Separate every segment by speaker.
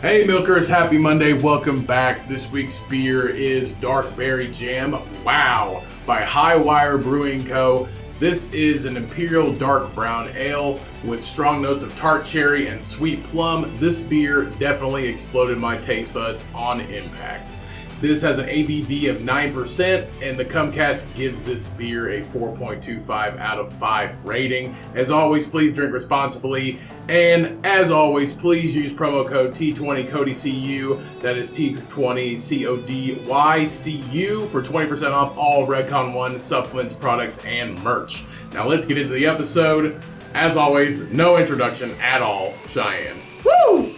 Speaker 1: Hey Milkers, happy Monday. Welcome back. This week's beer is Dark Berry Jam Wow by High Wire Brewing Co. This is an imperial dark brown ale with strong notes of tart cherry and sweet plum. This beer definitely exploded my taste buds on impact. This has an ABV of 9%, and the Comcast gives this beer a 4.25 out of 5 rating. As always, please drink responsibly. And as always, please use promo code T20CODYCU, that is T20CODYCU, for 20% off all Redcon One supplements, products, and merch. Now let's get into the episode. As always, no introduction at all, Cheyenne.
Speaker 2: Woo!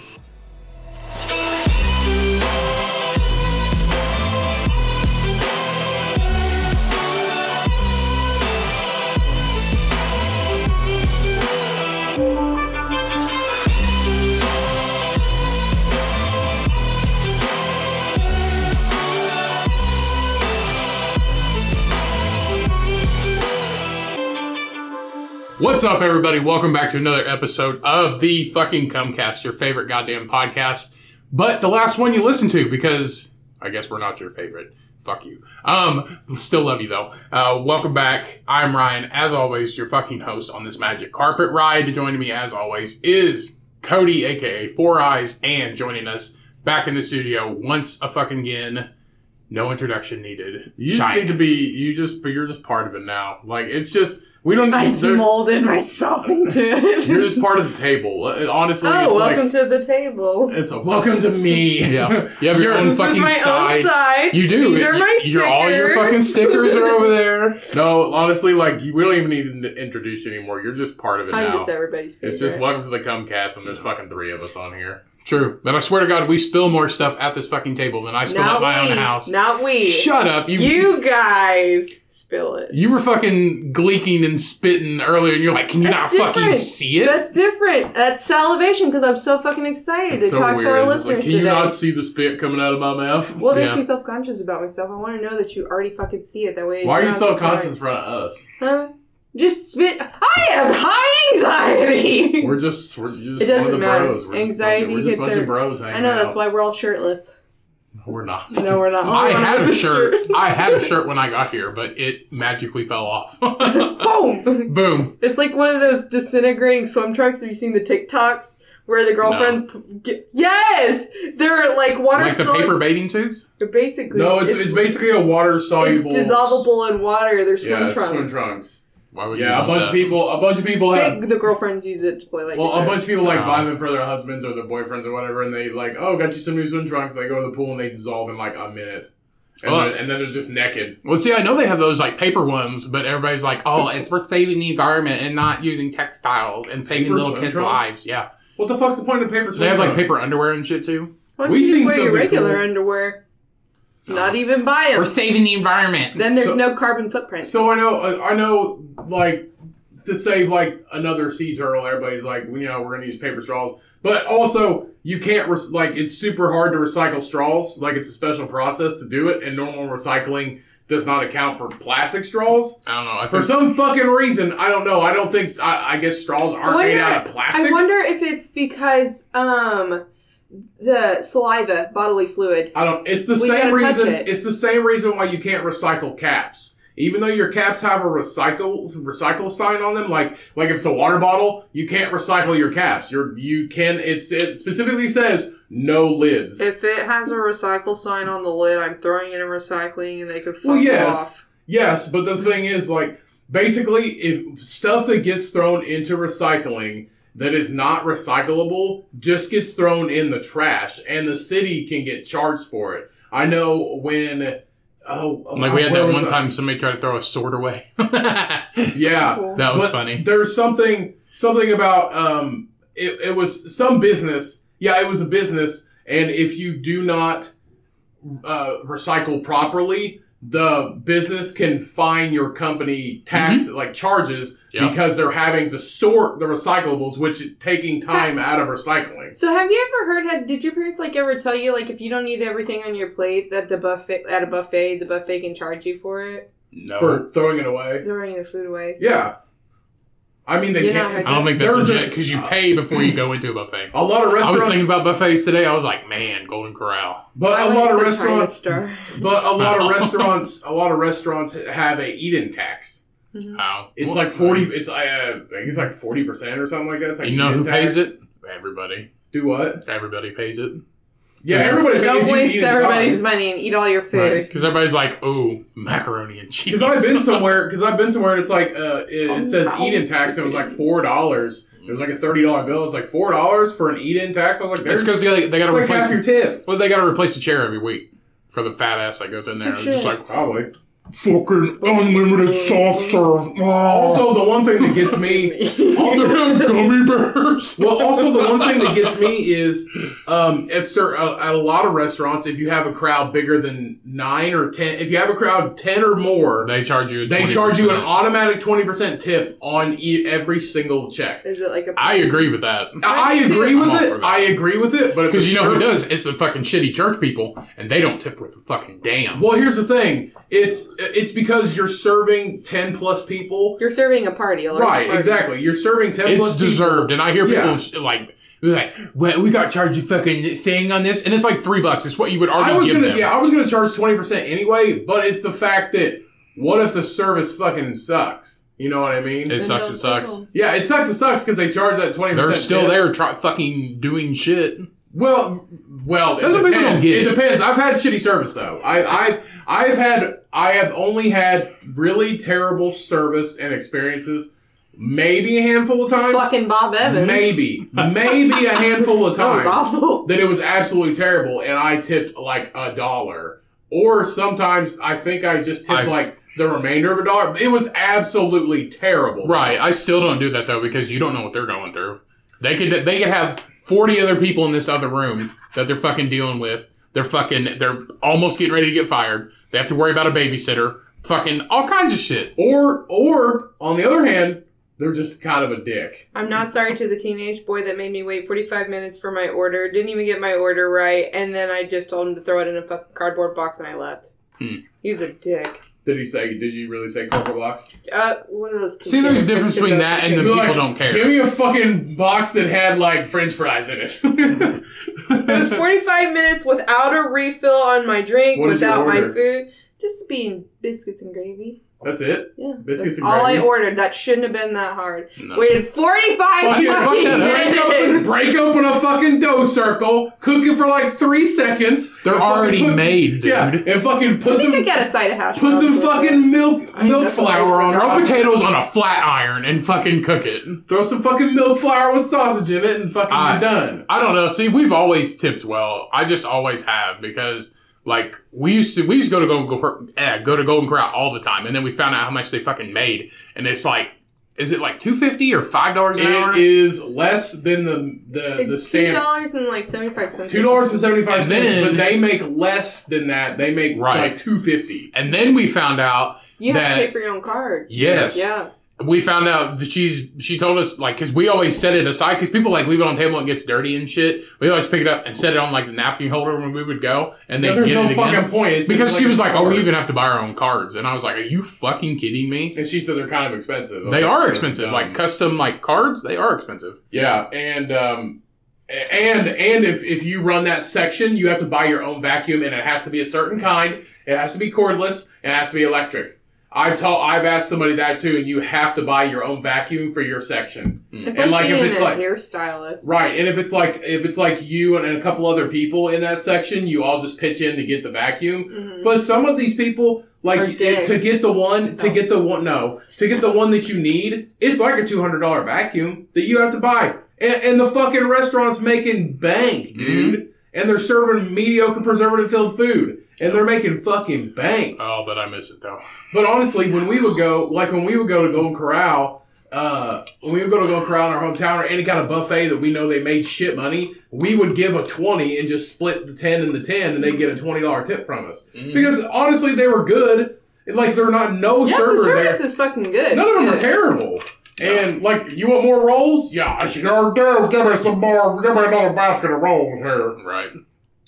Speaker 1: What's up, everybody? Welcome back to another episode of the fucking Cumcast, your favorite goddamn podcast, but the last one you listen to because I guess we're not your favorite. Fuck you. Um, still love you though. Uh, welcome back. I'm Ryan, as always, your fucking host on this magic carpet ride. Joining me, as always, is Cody, aka Four Eyes, and joining us back in the studio once a fucking again. No introduction needed.
Speaker 3: You just
Speaker 1: Cheyenne.
Speaker 3: need to be. You just. But you're just part of it now. Like it's just. We don't.
Speaker 2: I've
Speaker 3: there's-
Speaker 2: molded myself into it.
Speaker 3: You're just part of the table. Uh, Honestly, it's
Speaker 2: oh, welcome
Speaker 3: like
Speaker 2: to the table.
Speaker 3: it's a welcome to me.
Speaker 1: Yeah, you have your
Speaker 3: You're-
Speaker 1: own
Speaker 2: This
Speaker 1: fucking
Speaker 2: is my
Speaker 1: side.
Speaker 2: own side.
Speaker 3: You do.
Speaker 2: These are my stickers.
Speaker 3: You're, all your fucking stickers are over there. No, honestly, like you, we don't even need to introduce you anymore. You're just part of it
Speaker 2: I'm
Speaker 3: now.
Speaker 2: just everybody's favorite.
Speaker 3: It's just welcome to the Comcast, and there's fucking three of us on here.
Speaker 1: True. But I swear to God, we spill more stuff at this fucking table than I spill
Speaker 2: not
Speaker 1: at my
Speaker 2: we.
Speaker 1: own house.
Speaker 2: Not we.
Speaker 1: Shut up. You, you
Speaker 2: you guys spill it.
Speaker 1: were fucking gleeking and spitting earlier, and you're like, can you
Speaker 2: That's
Speaker 1: not fucking
Speaker 2: different.
Speaker 1: see it?
Speaker 2: That's different. That's salivation because I'm so fucking excited
Speaker 3: It's
Speaker 2: to
Speaker 3: so
Speaker 2: talk
Speaker 3: weird.
Speaker 2: to our
Speaker 3: It's like,
Speaker 2: listeners
Speaker 3: can
Speaker 2: today.
Speaker 3: you not see the spit coming out of my mouth?
Speaker 2: well, it makes
Speaker 1: Yeah.
Speaker 2: me self conscious about myself. I want to know that you already fucking see it. That way, it's
Speaker 3: Why are you
Speaker 2: not
Speaker 3: so conscious in
Speaker 2: surprise.
Speaker 3: front of us?
Speaker 2: Huh? Just spit. I have high anxiety.
Speaker 3: We're just we're just one
Speaker 2: It doesn't
Speaker 3: of the
Speaker 2: matter.
Speaker 3: bros. We're just, bunch
Speaker 2: Anxiety
Speaker 3: of- we're just
Speaker 2: hits
Speaker 3: bunch
Speaker 2: her.
Speaker 3: of bros hanging
Speaker 2: I know that's
Speaker 3: out.
Speaker 2: why we're all shirtless.
Speaker 3: we're not.
Speaker 2: No, we're not. All
Speaker 1: I
Speaker 2: one of
Speaker 1: had
Speaker 2: us
Speaker 1: a
Speaker 2: is
Speaker 1: shirt. I had a shirt when I got here, but it magically fell off.
Speaker 2: Boom!
Speaker 1: Boom.
Speaker 2: It's like one of those disintegrating swim trunks. Have you seen the TikToks where the girlfriends? p- Get, yes, they're like water
Speaker 1: Like the
Speaker 2: solu-
Speaker 1: paper bathing suits?
Speaker 2: Basically,
Speaker 3: No, it's, it's basically a water
Speaker 2: it's
Speaker 3: soluble.
Speaker 2: dissolvable in water. They're swim
Speaker 3: Yeah,
Speaker 2: trunks.
Speaker 3: swim trunks.
Speaker 1: Why would you
Speaker 3: Yeah, a
Speaker 1: want
Speaker 3: bunch of
Speaker 1: that?
Speaker 3: people. A bunch of people
Speaker 2: They,
Speaker 3: have.
Speaker 2: the girlfriends use it to play like.
Speaker 3: Well, a bunch of people like
Speaker 1: Wow.
Speaker 3: buy them for their husbands or their boyfriends or whatever, and they like, oh, got you some new swim trunks. They go to the pool and they dissolve in like a minute, and,
Speaker 1: Well-
Speaker 3: then, and then they're just naked.
Speaker 1: Well, see, I know they have those like paper ones, but everybody's like, "Oh, it's we're saving the environment and not using textiles and saving
Speaker 3: Paper
Speaker 1: little
Speaker 3: swim
Speaker 1: kids'
Speaker 3: trunks?
Speaker 1: lives." Yeah,
Speaker 3: What the fuck's the point of paper?
Speaker 1: so
Speaker 3: Swim
Speaker 1: they have like
Speaker 3: trunks?
Speaker 1: paper underwear and shit too.
Speaker 2: Why don't
Speaker 3: We've
Speaker 2: you just
Speaker 3: seen
Speaker 2: wear your
Speaker 3: something
Speaker 2: regular
Speaker 3: cool.
Speaker 2: underwear? Not even buy
Speaker 1: We're
Speaker 2: them.
Speaker 1: saving the environment.
Speaker 2: Then there's
Speaker 3: So-
Speaker 2: no carbon footprint.
Speaker 3: So I know, I I know, like to save like another sea turtle, everybody's like, you know, we're gonna use paper straws, but also you can't re- like it's super hard to recycle straws. Like it's a special process to do it, and normal recycling does not account for plastic straws.
Speaker 1: I don't know. Uh, I
Speaker 3: For
Speaker 1: think
Speaker 3: some fucking reason, I don't know. I don't think. s- I, I guess straws aren't made
Speaker 2: wonder-
Speaker 3: out of plastic.
Speaker 2: I wonder if it's because um the saliva, bodily fluid.
Speaker 3: I don't. It's the
Speaker 2: We
Speaker 3: same
Speaker 2: gotta touch
Speaker 3: reason.
Speaker 2: it.
Speaker 3: It's the same reason why you can't recycle caps. Even though your caps have a recycle recycle sign on them, like like if it's a water bottle, you can't recycle your caps. You're you can. It's it specifically says no lids.
Speaker 2: If it has a recycle sign on the lid, I'm throwing it in recycling, and they could fuck
Speaker 3: Well, yes.
Speaker 2: off.
Speaker 3: Yes, but the thing is, like, basically, if stuff that gets thrown into recycling that is not recyclable just gets thrown in the trash, and the city can get charged for it. I know when. Oh, oh,
Speaker 1: like we had
Speaker 3: where
Speaker 1: that
Speaker 3: was
Speaker 1: one
Speaker 3: I?
Speaker 1: time somebody tried to throw a sword away. that
Speaker 3: Yeah,
Speaker 2: Cool.
Speaker 1: was
Speaker 3: But
Speaker 1: funny.
Speaker 3: There's something something about um it, it was some business. Yeah, it was a business and if you do not uh, recycle properly, the business can fine your company tax like charges
Speaker 1: Yeah.
Speaker 3: because they're having to sort the recyclables which is taking time out of recycling.
Speaker 2: So, have you ever heard? had- Did your parents like ever tell you like if you don't eat everything on your plate that the buffet at a buffet the buffet can charge you for it
Speaker 1: No.
Speaker 3: For throwing it away.
Speaker 2: throwing the food away?
Speaker 3: Yeah. I mean, they
Speaker 2: You're not
Speaker 3: can't.
Speaker 2: hurting.
Speaker 4: I don't think that's
Speaker 3: There's
Speaker 4: legit
Speaker 3: a- Uh,
Speaker 4: because you pay before you go into a buffet.
Speaker 3: A lot of
Speaker 4: I was
Speaker 3: restaurants,
Speaker 4: thinking about buffets today. I was like, man, Golden Corral.
Speaker 3: but
Speaker 2: I
Speaker 3: a
Speaker 2: went
Speaker 3: lot
Speaker 2: to
Speaker 3: of
Speaker 2: the
Speaker 3: restaurants,
Speaker 2: China store.
Speaker 3: but a lot of restaurants, a lot of restaurants have a eat-in tax.
Speaker 4: How?
Speaker 3: It's
Speaker 4: Well,
Speaker 3: like forty. It's uh, I think it's like forty percent or something like that. It's like
Speaker 4: You know
Speaker 3: eat-in
Speaker 4: who
Speaker 3: tax.
Speaker 4: pays it? Everybody.
Speaker 3: Do what?
Speaker 4: Everybody pays it.
Speaker 3: Yeah,
Speaker 4: Yes.
Speaker 3: everybody.
Speaker 2: So
Speaker 3: if
Speaker 2: Mm-hmm. don't
Speaker 3: you
Speaker 2: waste
Speaker 3: eat inside-
Speaker 2: everybody's money and eat all your food.
Speaker 4: Because everybody's like, oh, macaroni and cheese.
Speaker 3: Because I've been somewhere, because I've been somewhere, and it's like uh, it,
Speaker 2: Oh,
Speaker 3: it says
Speaker 2: no.
Speaker 3: eat-in tax. And it was like four dollars. It was like a thirty dollar bill. It's like four dollars for an eat-in tax. I was like,
Speaker 4: It's
Speaker 3: there's it's
Speaker 4: because they, they got to
Speaker 3: like half
Speaker 4: replace.
Speaker 3: your tip.
Speaker 4: well, they got to replace the chair every week for the fat ass that goes in there.
Speaker 2: Oh,
Speaker 4: It's just
Speaker 2: shit.
Speaker 4: like "Ah,
Speaker 3: Probably.
Speaker 4: fucking unlimited soft serve. Oh.
Speaker 3: Also, the one thing that gets me.
Speaker 4: also gummy bears.
Speaker 3: Well, also the one thing that gets me is um, at, cer- uh, at a lot of restaurants, if you have a crowd bigger than nine or ten, if you have a crowd ten or more,
Speaker 4: They charge you. A
Speaker 3: they charge you an
Speaker 4: 20%.
Speaker 3: automatic twenty percent tip on e- every single check.
Speaker 2: Is it like a
Speaker 4: I agree with that.
Speaker 3: I, I
Speaker 2: I do too.
Speaker 3: agree
Speaker 4: I'm
Speaker 3: with
Speaker 4: all for
Speaker 3: it.
Speaker 4: that.
Speaker 3: I agree with it. But if
Speaker 4: Because
Speaker 3: it's
Speaker 4: you know who
Speaker 3: cer-
Speaker 4: does? It's the fucking shitty church people, and they don't tip with a fucking damn.
Speaker 3: Well, here's the thing. It's it's because you're serving ten plus people.
Speaker 2: you're serving a party, a large
Speaker 3: Right,
Speaker 2: party.
Speaker 3: exactly. You're serving ten
Speaker 4: it's
Speaker 3: plus
Speaker 4: deserved, and I hear people
Speaker 3: Yeah.
Speaker 4: sh- like, like, well, we got charged a fucking thing on this, and it's like three bucks. It's what you would
Speaker 3: I
Speaker 4: already
Speaker 3: was
Speaker 4: give
Speaker 3: gonna
Speaker 4: them.
Speaker 3: yeah, I was gonna charge twenty percent anyway, but it's the fact that what if the service fucking sucks? You know what I mean?
Speaker 4: It
Speaker 2: Then
Speaker 4: sucks.
Speaker 2: don't
Speaker 4: It sucks.
Speaker 2: tip 'em.
Speaker 3: yeah, it sucks. It sucks because they charge that twenty percent.
Speaker 4: They're still there, try, fucking doing shit.
Speaker 3: Well, well, it
Speaker 4: That's what people don't
Speaker 3: depends.
Speaker 4: get.
Speaker 3: It depends. I've had shitty service though. I, I've I've had I have only had really terrible service and experiences, maybe a handful of times.
Speaker 2: Fucking Bob Evans.
Speaker 3: Maybe, maybe a handful of
Speaker 2: That was
Speaker 3: times
Speaker 2: awful.
Speaker 3: that it was absolutely terrible, and I tipped like a dollar, or sometimes I think I just tipped
Speaker 4: I s-
Speaker 3: like the remainder of a dollar. It was absolutely terrible.
Speaker 4: Right. I still don't do that though because you don't know what they're going through. They could they could have forty other people in this other room that they're fucking dealing with. They're fucking they're almost getting ready to get fired. They have to worry about a babysitter. Fucking all kinds of shit.
Speaker 3: Or, or on the other hand, they're just kind of a dick.
Speaker 2: I'm not sorry to the teenage boy that made me wait 45 minutes for my order, didn't even get my order right, and then I just told him to throw it in a fucking cardboard box and I left.
Speaker 4: Hmm.
Speaker 2: He was a dick.
Speaker 3: Did he say? Did you really say cardboard box?
Speaker 2: Uh, one of those.
Speaker 4: See, there's a difference between that and the
Speaker 3: Be
Speaker 4: people
Speaker 3: like,
Speaker 4: don't care.
Speaker 3: Give me a fucking box that had like French fries in it.
Speaker 2: It was 45 minutes without a refill on my drink,
Speaker 3: What did you
Speaker 2: without my
Speaker 3: order?
Speaker 2: food. Just being biscuits and gravy.
Speaker 3: That's it.
Speaker 2: Yeah.
Speaker 3: Biscuits
Speaker 2: That's
Speaker 3: and
Speaker 2: all I
Speaker 3: gravy?
Speaker 2: ordered. That shouldn't have been that hard.
Speaker 4: No.
Speaker 2: Waited 45
Speaker 3: Fucking,
Speaker 2: fucking,
Speaker 3: fucking break, open,
Speaker 2: minutes.
Speaker 3: break open a fucking dough circle, cook it for like three seconds.
Speaker 4: They're
Speaker 3: and fucking
Speaker 4: already
Speaker 3: put-
Speaker 4: made, dude.
Speaker 3: Yeah, and fucking
Speaker 2: I
Speaker 3: put
Speaker 2: think I
Speaker 3: some
Speaker 2: got a side of hash
Speaker 3: put
Speaker 2: browns
Speaker 3: some
Speaker 2: with it.
Speaker 3: fucking milk
Speaker 2: I mean,
Speaker 3: milk
Speaker 2: that's what I
Speaker 3: flour on
Speaker 2: forgot.
Speaker 4: Throw
Speaker 3: top.
Speaker 4: potatoes on a flat iron and fucking cook it.
Speaker 3: Throw some fucking milk flour with sausage in it, and fucking
Speaker 4: I-
Speaker 3: you're done.
Speaker 4: I don't know. See, we've always tipped well. I just always have because like we used to we used to go to Golden Cor- eh, go to Golden Corral all the time, and then we found out how much they fucking made, and it's like, is it like two fifty or five dollars an hour?
Speaker 3: It is less than the the the
Speaker 2: It's two
Speaker 3: standard.
Speaker 2: dollars and like seventy five cents.
Speaker 3: Two dollars and seventy five
Speaker 4: And
Speaker 3: cents,
Speaker 4: then-
Speaker 3: but they make less than that. They make
Speaker 4: Right.
Speaker 3: like two fifty.
Speaker 4: and then we found out
Speaker 2: You have
Speaker 4: that-
Speaker 2: to pay for your own cards.
Speaker 4: yes,
Speaker 2: Yeah.
Speaker 4: we found out that she's she told us like because we always set it aside because people like leave it on the table and it gets dirty and shit. We always pick it up and set it on like the napkin holder when we would go, and they
Speaker 3: There's
Speaker 4: get
Speaker 3: no
Speaker 4: it again.
Speaker 3: fucking point. It's
Speaker 4: because
Speaker 3: just
Speaker 4: she was
Speaker 3: a
Speaker 4: like, "Oh, we
Speaker 3: card."
Speaker 4: even have to buy our own cards," and I was like, "Are you fucking kidding me?"
Speaker 3: And she said they're kind of expensive.
Speaker 4: They
Speaker 3: Okay,
Speaker 4: are
Speaker 3: so,
Speaker 4: expensive.
Speaker 3: um,
Speaker 4: Like custom like cards, they are expensive.
Speaker 3: yeah, and um, a- and and if if you run that section, you have to buy your own vacuum, and it has to be a certain kind. It has to be cordless. and It has to be electric. I've taught. I've asked somebody that too, and you have to buy your own vacuum for your section.
Speaker 2: If
Speaker 4: Mm.
Speaker 3: And
Speaker 2: I'm
Speaker 3: like, if
Speaker 2: being
Speaker 3: it's
Speaker 2: a
Speaker 3: like-
Speaker 2: hairstylist,
Speaker 3: Right, and if it's like if it's like you and, and a couple other people in that section, you all just pitch in to get the vacuum.
Speaker 2: Mhm.
Speaker 3: But some of these people, like
Speaker 2: Are dicks.
Speaker 3: to get the one, to
Speaker 2: No.
Speaker 3: get the one, no, to get the one that you need, it's like a two hundred dollar vacuum that you have to buy, and, and the fucking restaurant's making bank, dude, and they're serving mediocre preservative filled food, and they're making fucking bank.
Speaker 4: Oh, but I miss it though.
Speaker 3: But honestly, when we would go, like when we would go to Golden Corral, uh, when we would go to Golden Corral in our hometown or any kind of buffet that we know they made shit money, we would give a 20 and just split the 10 and the 10 and they get a $20 tip from us. Because honestly, they were good. Like, there are not no
Speaker 2: Mm-hmm. Yeah, the
Speaker 3: server
Speaker 2: service
Speaker 3: there.
Speaker 2: is fucking good.
Speaker 3: None of them are
Speaker 2: Good.
Speaker 3: terrible. And like, you want more rolls? Yeah, I sure do. Give me some more. Give me another basket of rolls here.
Speaker 4: Right.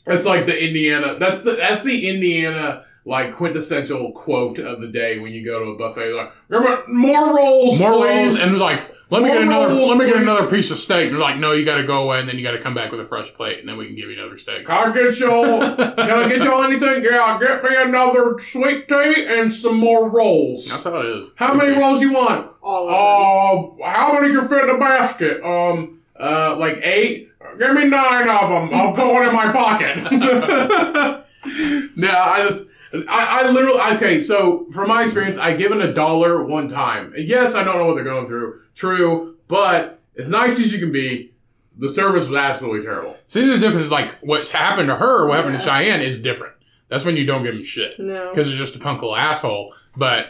Speaker 3: That's like the Indiana. That's the that's the Indiana like quintessential quote of the day when you go to a buffet. Like, "Remember, more rolls,
Speaker 4: More
Speaker 3: please."
Speaker 4: rolls, and it was like, let me
Speaker 3: More
Speaker 4: get another,
Speaker 3: rolls,
Speaker 4: let me get
Speaker 3: please.
Speaker 4: another piece of steak. They're like, no, you got to go away, and then you got to come back with a fresh plate, and then we can give you another steak.
Speaker 3: Can I get y'all? can I get y'all anything? Yeah, get me another sweet tea and some more rolls.
Speaker 4: That's how it is.
Speaker 3: How many rolls you want?
Speaker 2: All of
Speaker 3: Uh, how many can fit in a basket? Um, uh, like eight. Give me nine of them. I'll put one in my pocket. no, I just. I, I literally okay. So from my experience, I given a dollar one time. Yes, I don't know what they're going through. True, but as nice as you can be, the service was absolutely terrible.
Speaker 4: See, there's difference. Like what's happened to her, or what happened to
Speaker 2: Yeah.
Speaker 4: Cheyenne, is different. That's when you don't give them shit
Speaker 2: them. No.
Speaker 4: because they're just a punk little asshole. But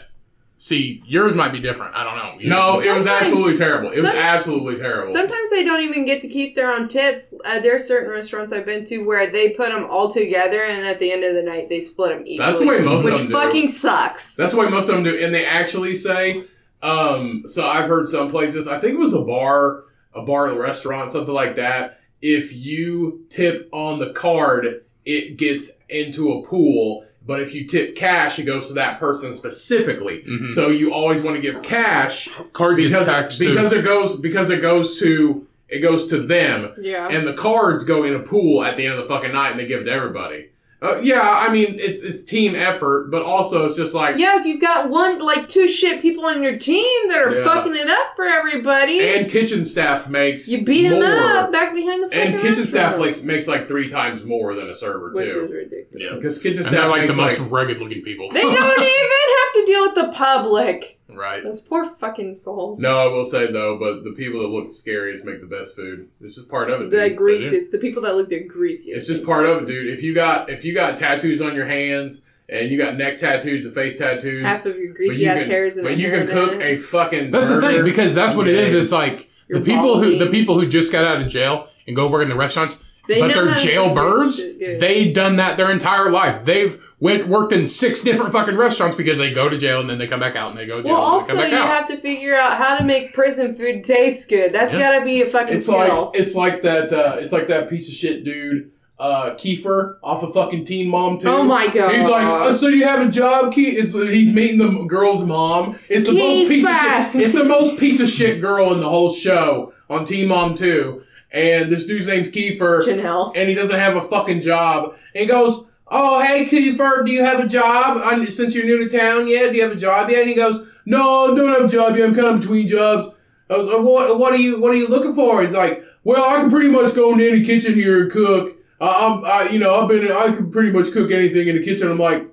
Speaker 4: see, yours might be different. I don't know. You-
Speaker 3: No, it was
Speaker 2: Sometimes-
Speaker 3: absolutely terrible. It was
Speaker 2: some-
Speaker 3: absolutely terrible.
Speaker 2: Sometimes they don't even get to keep their own tips. Uh, there are certain restaurants I've been to where they put them all together, and at the end of the night, they split them equally.
Speaker 3: That's the way most
Speaker 2: which
Speaker 3: of them do.
Speaker 2: fucking sucks.
Speaker 3: That's the way most of them do, and they actually say. Um, so I've heard some places. I think it was a bar, a bar, a restaurant, something like that. If you tip on the card, it gets into a pool. But if you tip cash, it goes to that person specifically.
Speaker 4: Mhm.
Speaker 3: So you always want to give cash
Speaker 4: Card gets
Speaker 3: because
Speaker 4: taxed too.
Speaker 3: because it goes because it goes to it goes to them.
Speaker 2: Yeah.
Speaker 3: And the cards go in a pool at the end of the fucking night, and they give it to everybody. Uh, yeah, I mean it's it's team effort, but also it's just like
Speaker 2: yeah, if you've got one, like two shit people on your team that are
Speaker 3: Yeah.
Speaker 2: fucking it up for everybody,
Speaker 3: and kitchen staff makes
Speaker 2: you beat
Speaker 3: more.
Speaker 2: them up back behind the fucking
Speaker 3: And kitchen staff
Speaker 2: restaurant.
Speaker 3: makes makes like three times more than a server
Speaker 2: which is
Speaker 3: too,
Speaker 2: ridiculous.
Speaker 4: yeah.
Speaker 3: because kitchen
Speaker 4: And they're
Speaker 3: staff
Speaker 4: like the
Speaker 3: makes
Speaker 4: most
Speaker 3: like
Speaker 4: rugged looking people.
Speaker 2: They don't even have to deal with the public.
Speaker 4: right.
Speaker 2: Those poor fucking souls.
Speaker 3: no. I will say though, but the people that look scariest make the best food. It's just part of it.
Speaker 2: The
Speaker 3: Dude.
Speaker 2: greasiest, the people that look the greasiest.
Speaker 3: It's just part of it, dude. If you got if you got tattoos on your hands and you got neck tattoos and face tattoos,
Speaker 2: Half of your
Speaker 3: but you
Speaker 2: greasy ass
Speaker 3: can-
Speaker 2: hairs in a
Speaker 3: but you can
Speaker 2: hairnet.
Speaker 3: cook a fucking.
Speaker 4: That's the
Speaker 3: burger.
Speaker 4: thing because that's what it is. It's like
Speaker 2: You're
Speaker 4: the people who the
Speaker 2: balding.
Speaker 4: people who just got out of jail and go work in the restaurants,
Speaker 2: They
Speaker 4: but
Speaker 2: know
Speaker 4: they're
Speaker 2: how to do
Speaker 4: jailbirds.
Speaker 2: good shit, dude.
Speaker 4: They done that their entire life. They've went worked in six different fucking restaurants because they go to jail and then they come back out and they go to jail
Speaker 2: Well,
Speaker 4: and they
Speaker 2: also
Speaker 4: come
Speaker 2: you
Speaker 4: back out.
Speaker 2: have to figure out how to make prison food taste good. That's
Speaker 4: Yeah.
Speaker 2: gotta be a fucking
Speaker 3: It's
Speaker 2: skill.
Speaker 3: like it's like that. Uh, it's like that piece of shit dude, uh, Kiefer, off of fucking Teen Mom too.
Speaker 2: oh my god!
Speaker 3: He's like, "Oh, so you have a job, Keith? It's, he's meeting the girl's mom. It's the most
Speaker 2: Keith
Speaker 3: piece
Speaker 2: Pratt.
Speaker 3: of shit. It's the most piece of shit girl in the whole show on Teen Mom Two. And this dude's name's Kiefer.
Speaker 2: Janelle.
Speaker 3: and he doesn't have a fucking job. And he goes, Oh, hey, Kiefer, do you have a job? i since you're new to town yet, do you have a job yet? And he goes, No, I don't have a job yet. I'm kind of between jobs. I was like, what, what are you What are you looking for? He's like, Well, I can pretty much go into any kitchen here and cook. I, I'm, I, you know, I've been, I can pretty much cook anything in the kitchen. I'm like,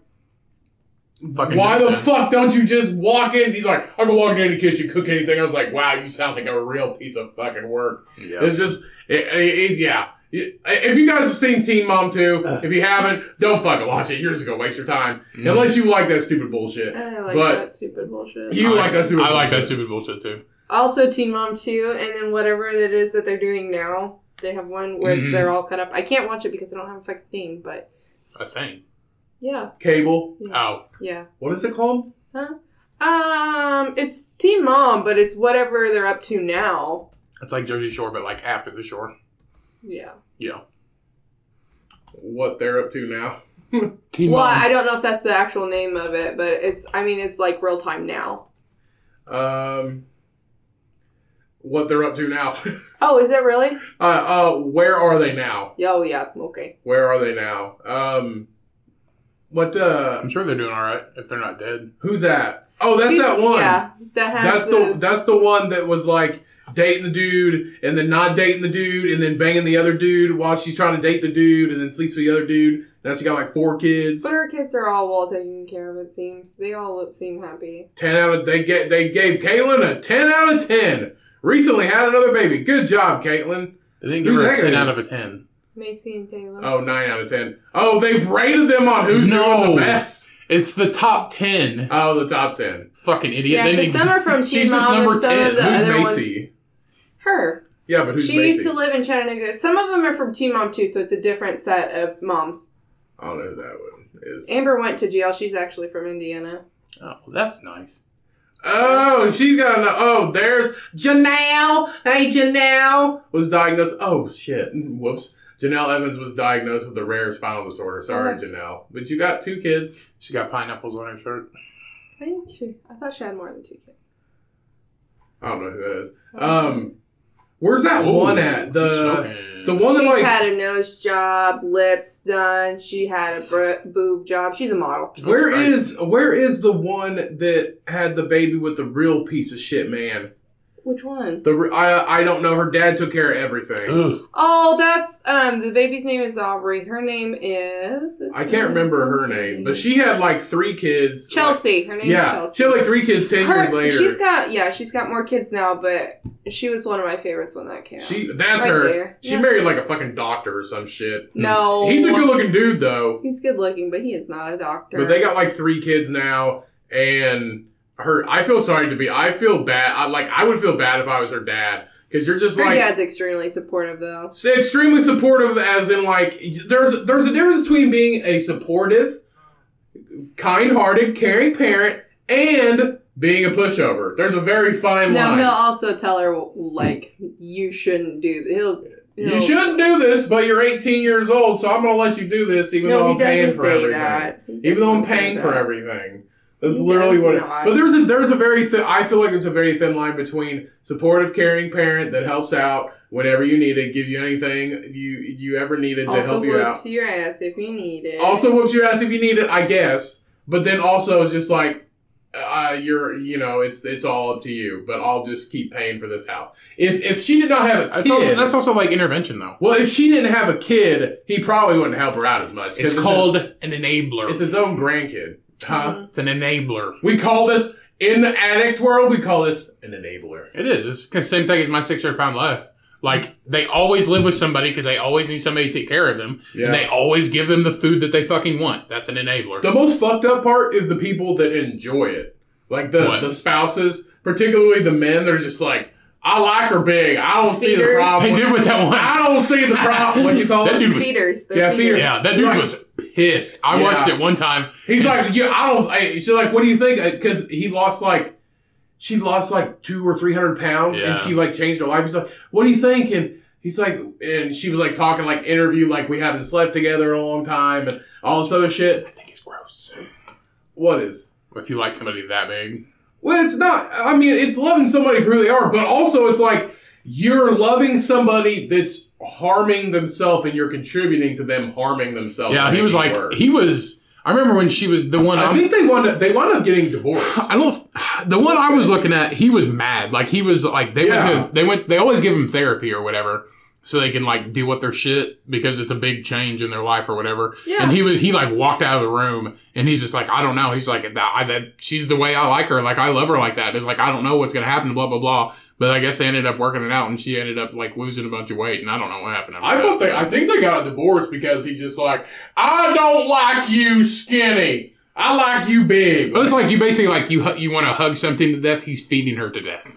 Speaker 4: Fucking
Speaker 3: Why
Speaker 4: do
Speaker 3: the
Speaker 4: that.
Speaker 3: fuck don't you just walk in? He's like, I can walk into any kitchen, cook anything. I was like, Wow, you sound like a real piece of fucking work.
Speaker 4: Yeah.
Speaker 3: It's just, it, it, it- yeah. It- If you guys have seen Teen Mom 2, if you haven't, don't fucking watch it. You're just gonna waste your time.
Speaker 4: Mm.
Speaker 3: Unless you like that stupid bullshit.
Speaker 2: I like
Speaker 3: But-
Speaker 2: that stupid bullshit.
Speaker 3: You
Speaker 4: I-
Speaker 3: like that stupid
Speaker 4: I like that
Speaker 3: bullshit.
Speaker 4: stupid bullshit too.
Speaker 2: also Teen Mom 2, and then whatever that is that they're doing now. They have one where
Speaker 3: Mm-hmm.
Speaker 4: Mhm.
Speaker 2: they're all cut up. I can't watch it because I don't have a fucking thing, but
Speaker 4: I think.
Speaker 2: yeah,
Speaker 3: Cable.
Speaker 4: Oh,
Speaker 2: yeah.
Speaker 3: What is it called?
Speaker 2: Um, it's Teen Mom, but it's whatever they're up to now.
Speaker 4: it's like Jersey Shore, but like after the shore.
Speaker 2: Yeah.
Speaker 4: Yeah.
Speaker 3: What they're up to now.
Speaker 4: Team
Speaker 2: Well, I don't know if that's the actual name of it, but it's, I mean, it's like real time now.
Speaker 3: Um, what they're up to now.
Speaker 2: Oh, is it really?
Speaker 3: uh, uh, where are they now?
Speaker 2: Yeah, Oh, yeah. Okay.
Speaker 3: Where are they now? Um, what, uh,
Speaker 4: I'm sure they're doing all right if they're not dead.
Speaker 3: who's that? Oh, that's
Speaker 2: It's-
Speaker 3: that one.
Speaker 2: Yeah. That has
Speaker 3: That's the that's the one that was like dating the dude and then not dating the dude and then banging the other dude while she's trying to date the dude and then sleeps with the other dude. Now she got like four kids.
Speaker 2: But her kids are all well taken care of, it seems. They all look- seem happy.
Speaker 3: Ten out of they get they gave Caitlyn a ten out of ten. Recently had another baby. Good job, Caitlyn.
Speaker 4: They didn't give
Speaker 3: Who's
Speaker 4: her a
Speaker 3: that
Speaker 4: ten
Speaker 3: gonna
Speaker 4: out
Speaker 3: be?
Speaker 4: of a ten.
Speaker 2: Macy and Taylor.
Speaker 3: Oh, nine out of ten. Oh, they've rated them on who's
Speaker 4: No.
Speaker 3: doing the best.
Speaker 4: It's the top ten.
Speaker 3: Oh, the top ten.
Speaker 4: Fucking idiot.
Speaker 2: Yeah,
Speaker 4: They
Speaker 2: because
Speaker 4: need-
Speaker 2: some are from Teen
Speaker 4: She's just
Speaker 2: Mom
Speaker 4: number
Speaker 2: and some
Speaker 4: 10.
Speaker 2: of the
Speaker 3: who's
Speaker 2: other ones.
Speaker 3: Macy?
Speaker 2: Her.
Speaker 3: Yeah, but who's
Speaker 2: she
Speaker 3: Macy?
Speaker 2: used to live in Chattanooga. Some of them are from Teen Mom too, so it's a different set of moms.
Speaker 3: I don't know who that one is.
Speaker 2: Amber went to jail. She's actually from Indiana.
Speaker 4: Oh, well, that's nice.
Speaker 3: Oh, she's got an. Oh, there's Janelle. Hey, Janelle was diagnosed. Oh shit. Whoops. Janelle Evans was diagnosed with a rare spinal disorder. Sorry,
Speaker 2: Oh.
Speaker 3: Janelle. But you got two kids.
Speaker 4: She got pineapples on her shirt.
Speaker 2: I think she. I thought she had more than two kids.
Speaker 3: I don't know who that is. Um, where's that one at? The the one that
Speaker 2: She's
Speaker 3: like
Speaker 2: had a nose job, lips done. She had a br- boob job. She's a model.
Speaker 3: where
Speaker 4: Okay.
Speaker 3: is where is the one that had the baby with the real piece of shit man?
Speaker 2: Which one?
Speaker 3: The re- I I don't know. Her dad took care of everything.
Speaker 4: Ugh.
Speaker 2: Oh, that's um. The baby's name is Aubrey. Her name is.
Speaker 3: I can't remember her name, but she had like three kids.
Speaker 2: Chelsea. Her
Speaker 3: Like,
Speaker 2: name is
Speaker 3: yeah,
Speaker 2: Chelsea.
Speaker 3: she had like three kids ten
Speaker 2: Her-
Speaker 3: years later.
Speaker 2: She's got yeah, she's got more kids now, but she was one of my favorites when that came out.
Speaker 3: She that's
Speaker 2: Right
Speaker 3: her.
Speaker 2: there.
Speaker 3: She
Speaker 2: Yeah.
Speaker 3: married like a fucking doctor or some shit.
Speaker 2: no,
Speaker 3: Hmm. He's a good looking dude though.
Speaker 2: He's good looking, but he is not a doctor.
Speaker 3: But they got like three kids now, and her. I feel sorry to be. I feel bad. I like. I would feel bad if I was her dad because you're just
Speaker 2: her
Speaker 3: like
Speaker 2: dad's extremely supportive though.
Speaker 3: s- extremely supportive. As in, like there's there's a difference between being a supportive, kind-hearted, caring parent and being a pushover. There's a very fine
Speaker 2: No,
Speaker 3: line.
Speaker 2: he'll also tell her like you shouldn't do. th- He'll, he'll
Speaker 3: You shouldn't do this, but you're 18 years old, so I'm gonna let you do this, even
Speaker 2: No,
Speaker 3: though
Speaker 2: he
Speaker 3: I'm paying
Speaker 2: doesn't
Speaker 3: for
Speaker 2: say
Speaker 3: everything.
Speaker 2: that. He
Speaker 3: even though I'm
Speaker 2: doesn't say
Speaker 3: paying for
Speaker 2: that.
Speaker 3: everything. That's
Speaker 2: He
Speaker 3: literally
Speaker 2: does
Speaker 3: what. It,
Speaker 2: not.
Speaker 3: but there's a there's a very thin. I feel like it's a very thin line between supportive, caring parent that helps out whenever you need it, give you anything you you ever needed to
Speaker 2: Also
Speaker 3: help you
Speaker 2: whoops
Speaker 3: out.
Speaker 2: your ass if you need it.
Speaker 3: Also whoops your ass if you need it, I guess. But then also it's just like. Uh, you're, you know, it's it's all up to you, but I'll just keep paying for this house. If if she did not have a kid,
Speaker 4: That's also, that's also like intervention, though.
Speaker 3: well, if she didn't have a kid, he probably wouldn't help her out as much. 'cause
Speaker 4: It's
Speaker 3: his-
Speaker 4: called an enabler.
Speaker 3: it's his own grandkid, huh?
Speaker 2: Mhm.
Speaker 4: It's an enabler.
Speaker 3: We call this in the addict world. We call this an enabler.
Speaker 4: It is. It's the same thing as my six hundred pound life. Like they always live with somebody because they always need somebody to take care of them,
Speaker 3: Yeah.
Speaker 4: and they always give them the food that they fucking want. That's an enabler.
Speaker 3: the most fucked up part is the people that enjoy it, like the
Speaker 4: What?
Speaker 3: the spouses, particularly the men. They're just like, I like her big. I don't see the
Speaker 2: Feeders.
Speaker 4: they
Speaker 3: problem.
Speaker 4: did with that one.
Speaker 3: I don't see the problem. What you call
Speaker 4: That
Speaker 3: it?
Speaker 4: dude was-
Speaker 2: feeders. they're
Speaker 3: Yeah,
Speaker 2: feeders.
Speaker 3: feeders.
Speaker 4: Yeah, that dude
Speaker 3: Right.
Speaker 4: was pissed. I
Speaker 3: Yeah.
Speaker 4: watched it one time.
Speaker 3: He's like, yeah, I don't. I, she's like, what do you think? Because he lost like, she lost like two or three hundred pounds,
Speaker 4: Yeah.
Speaker 3: and she like changed her life. He's like, what do you think? And he's like, and she was like talking like interview, like we haven't slept together in a long time, and all this other shit.
Speaker 4: I think it's gross.
Speaker 3: What is?
Speaker 4: If you like somebody that big,
Speaker 3: Well, it's not. I mean, it's loving somebody for who they are, but also it's like you're loving somebody that's harming themselves, and you're contributing to them harming themselves.
Speaker 4: yeah,
Speaker 3: and
Speaker 4: he was
Speaker 3: making
Speaker 4: like,
Speaker 3: it Oh, worse.
Speaker 4: he was. I remember when she was the one.
Speaker 3: I
Speaker 4: I'm-
Speaker 3: think they wound up. They wound up getting divorced.
Speaker 4: I don't. The one I was looking at, he was mad. Like he was like they
Speaker 3: Yeah.
Speaker 4: went. To, they went. They always give him therapy or whatever, so they can like deal with their shit because it's a big change in their life or whatever.
Speaker 2: Yeah.
Speaker 4: And he was. He like walked out of the room and he's just like, I don't know. He's like, that, I, that she's the way I like her. Like I love her like that. It's like I don't know what's gonna happen. Blah blah blah. But I guess they ended up working it out, and she ended up like losing a bunch of weight, and I don't know what happened. after
Speaker 3: I
Speaker 4: that.
Speaker 3: thought they. I think they got a divorce because he's just like, I don't like you skinny. I like you big.
Speaker 4: But it's like you basically like you hu- you want to hug something to death. He's feeding her to death.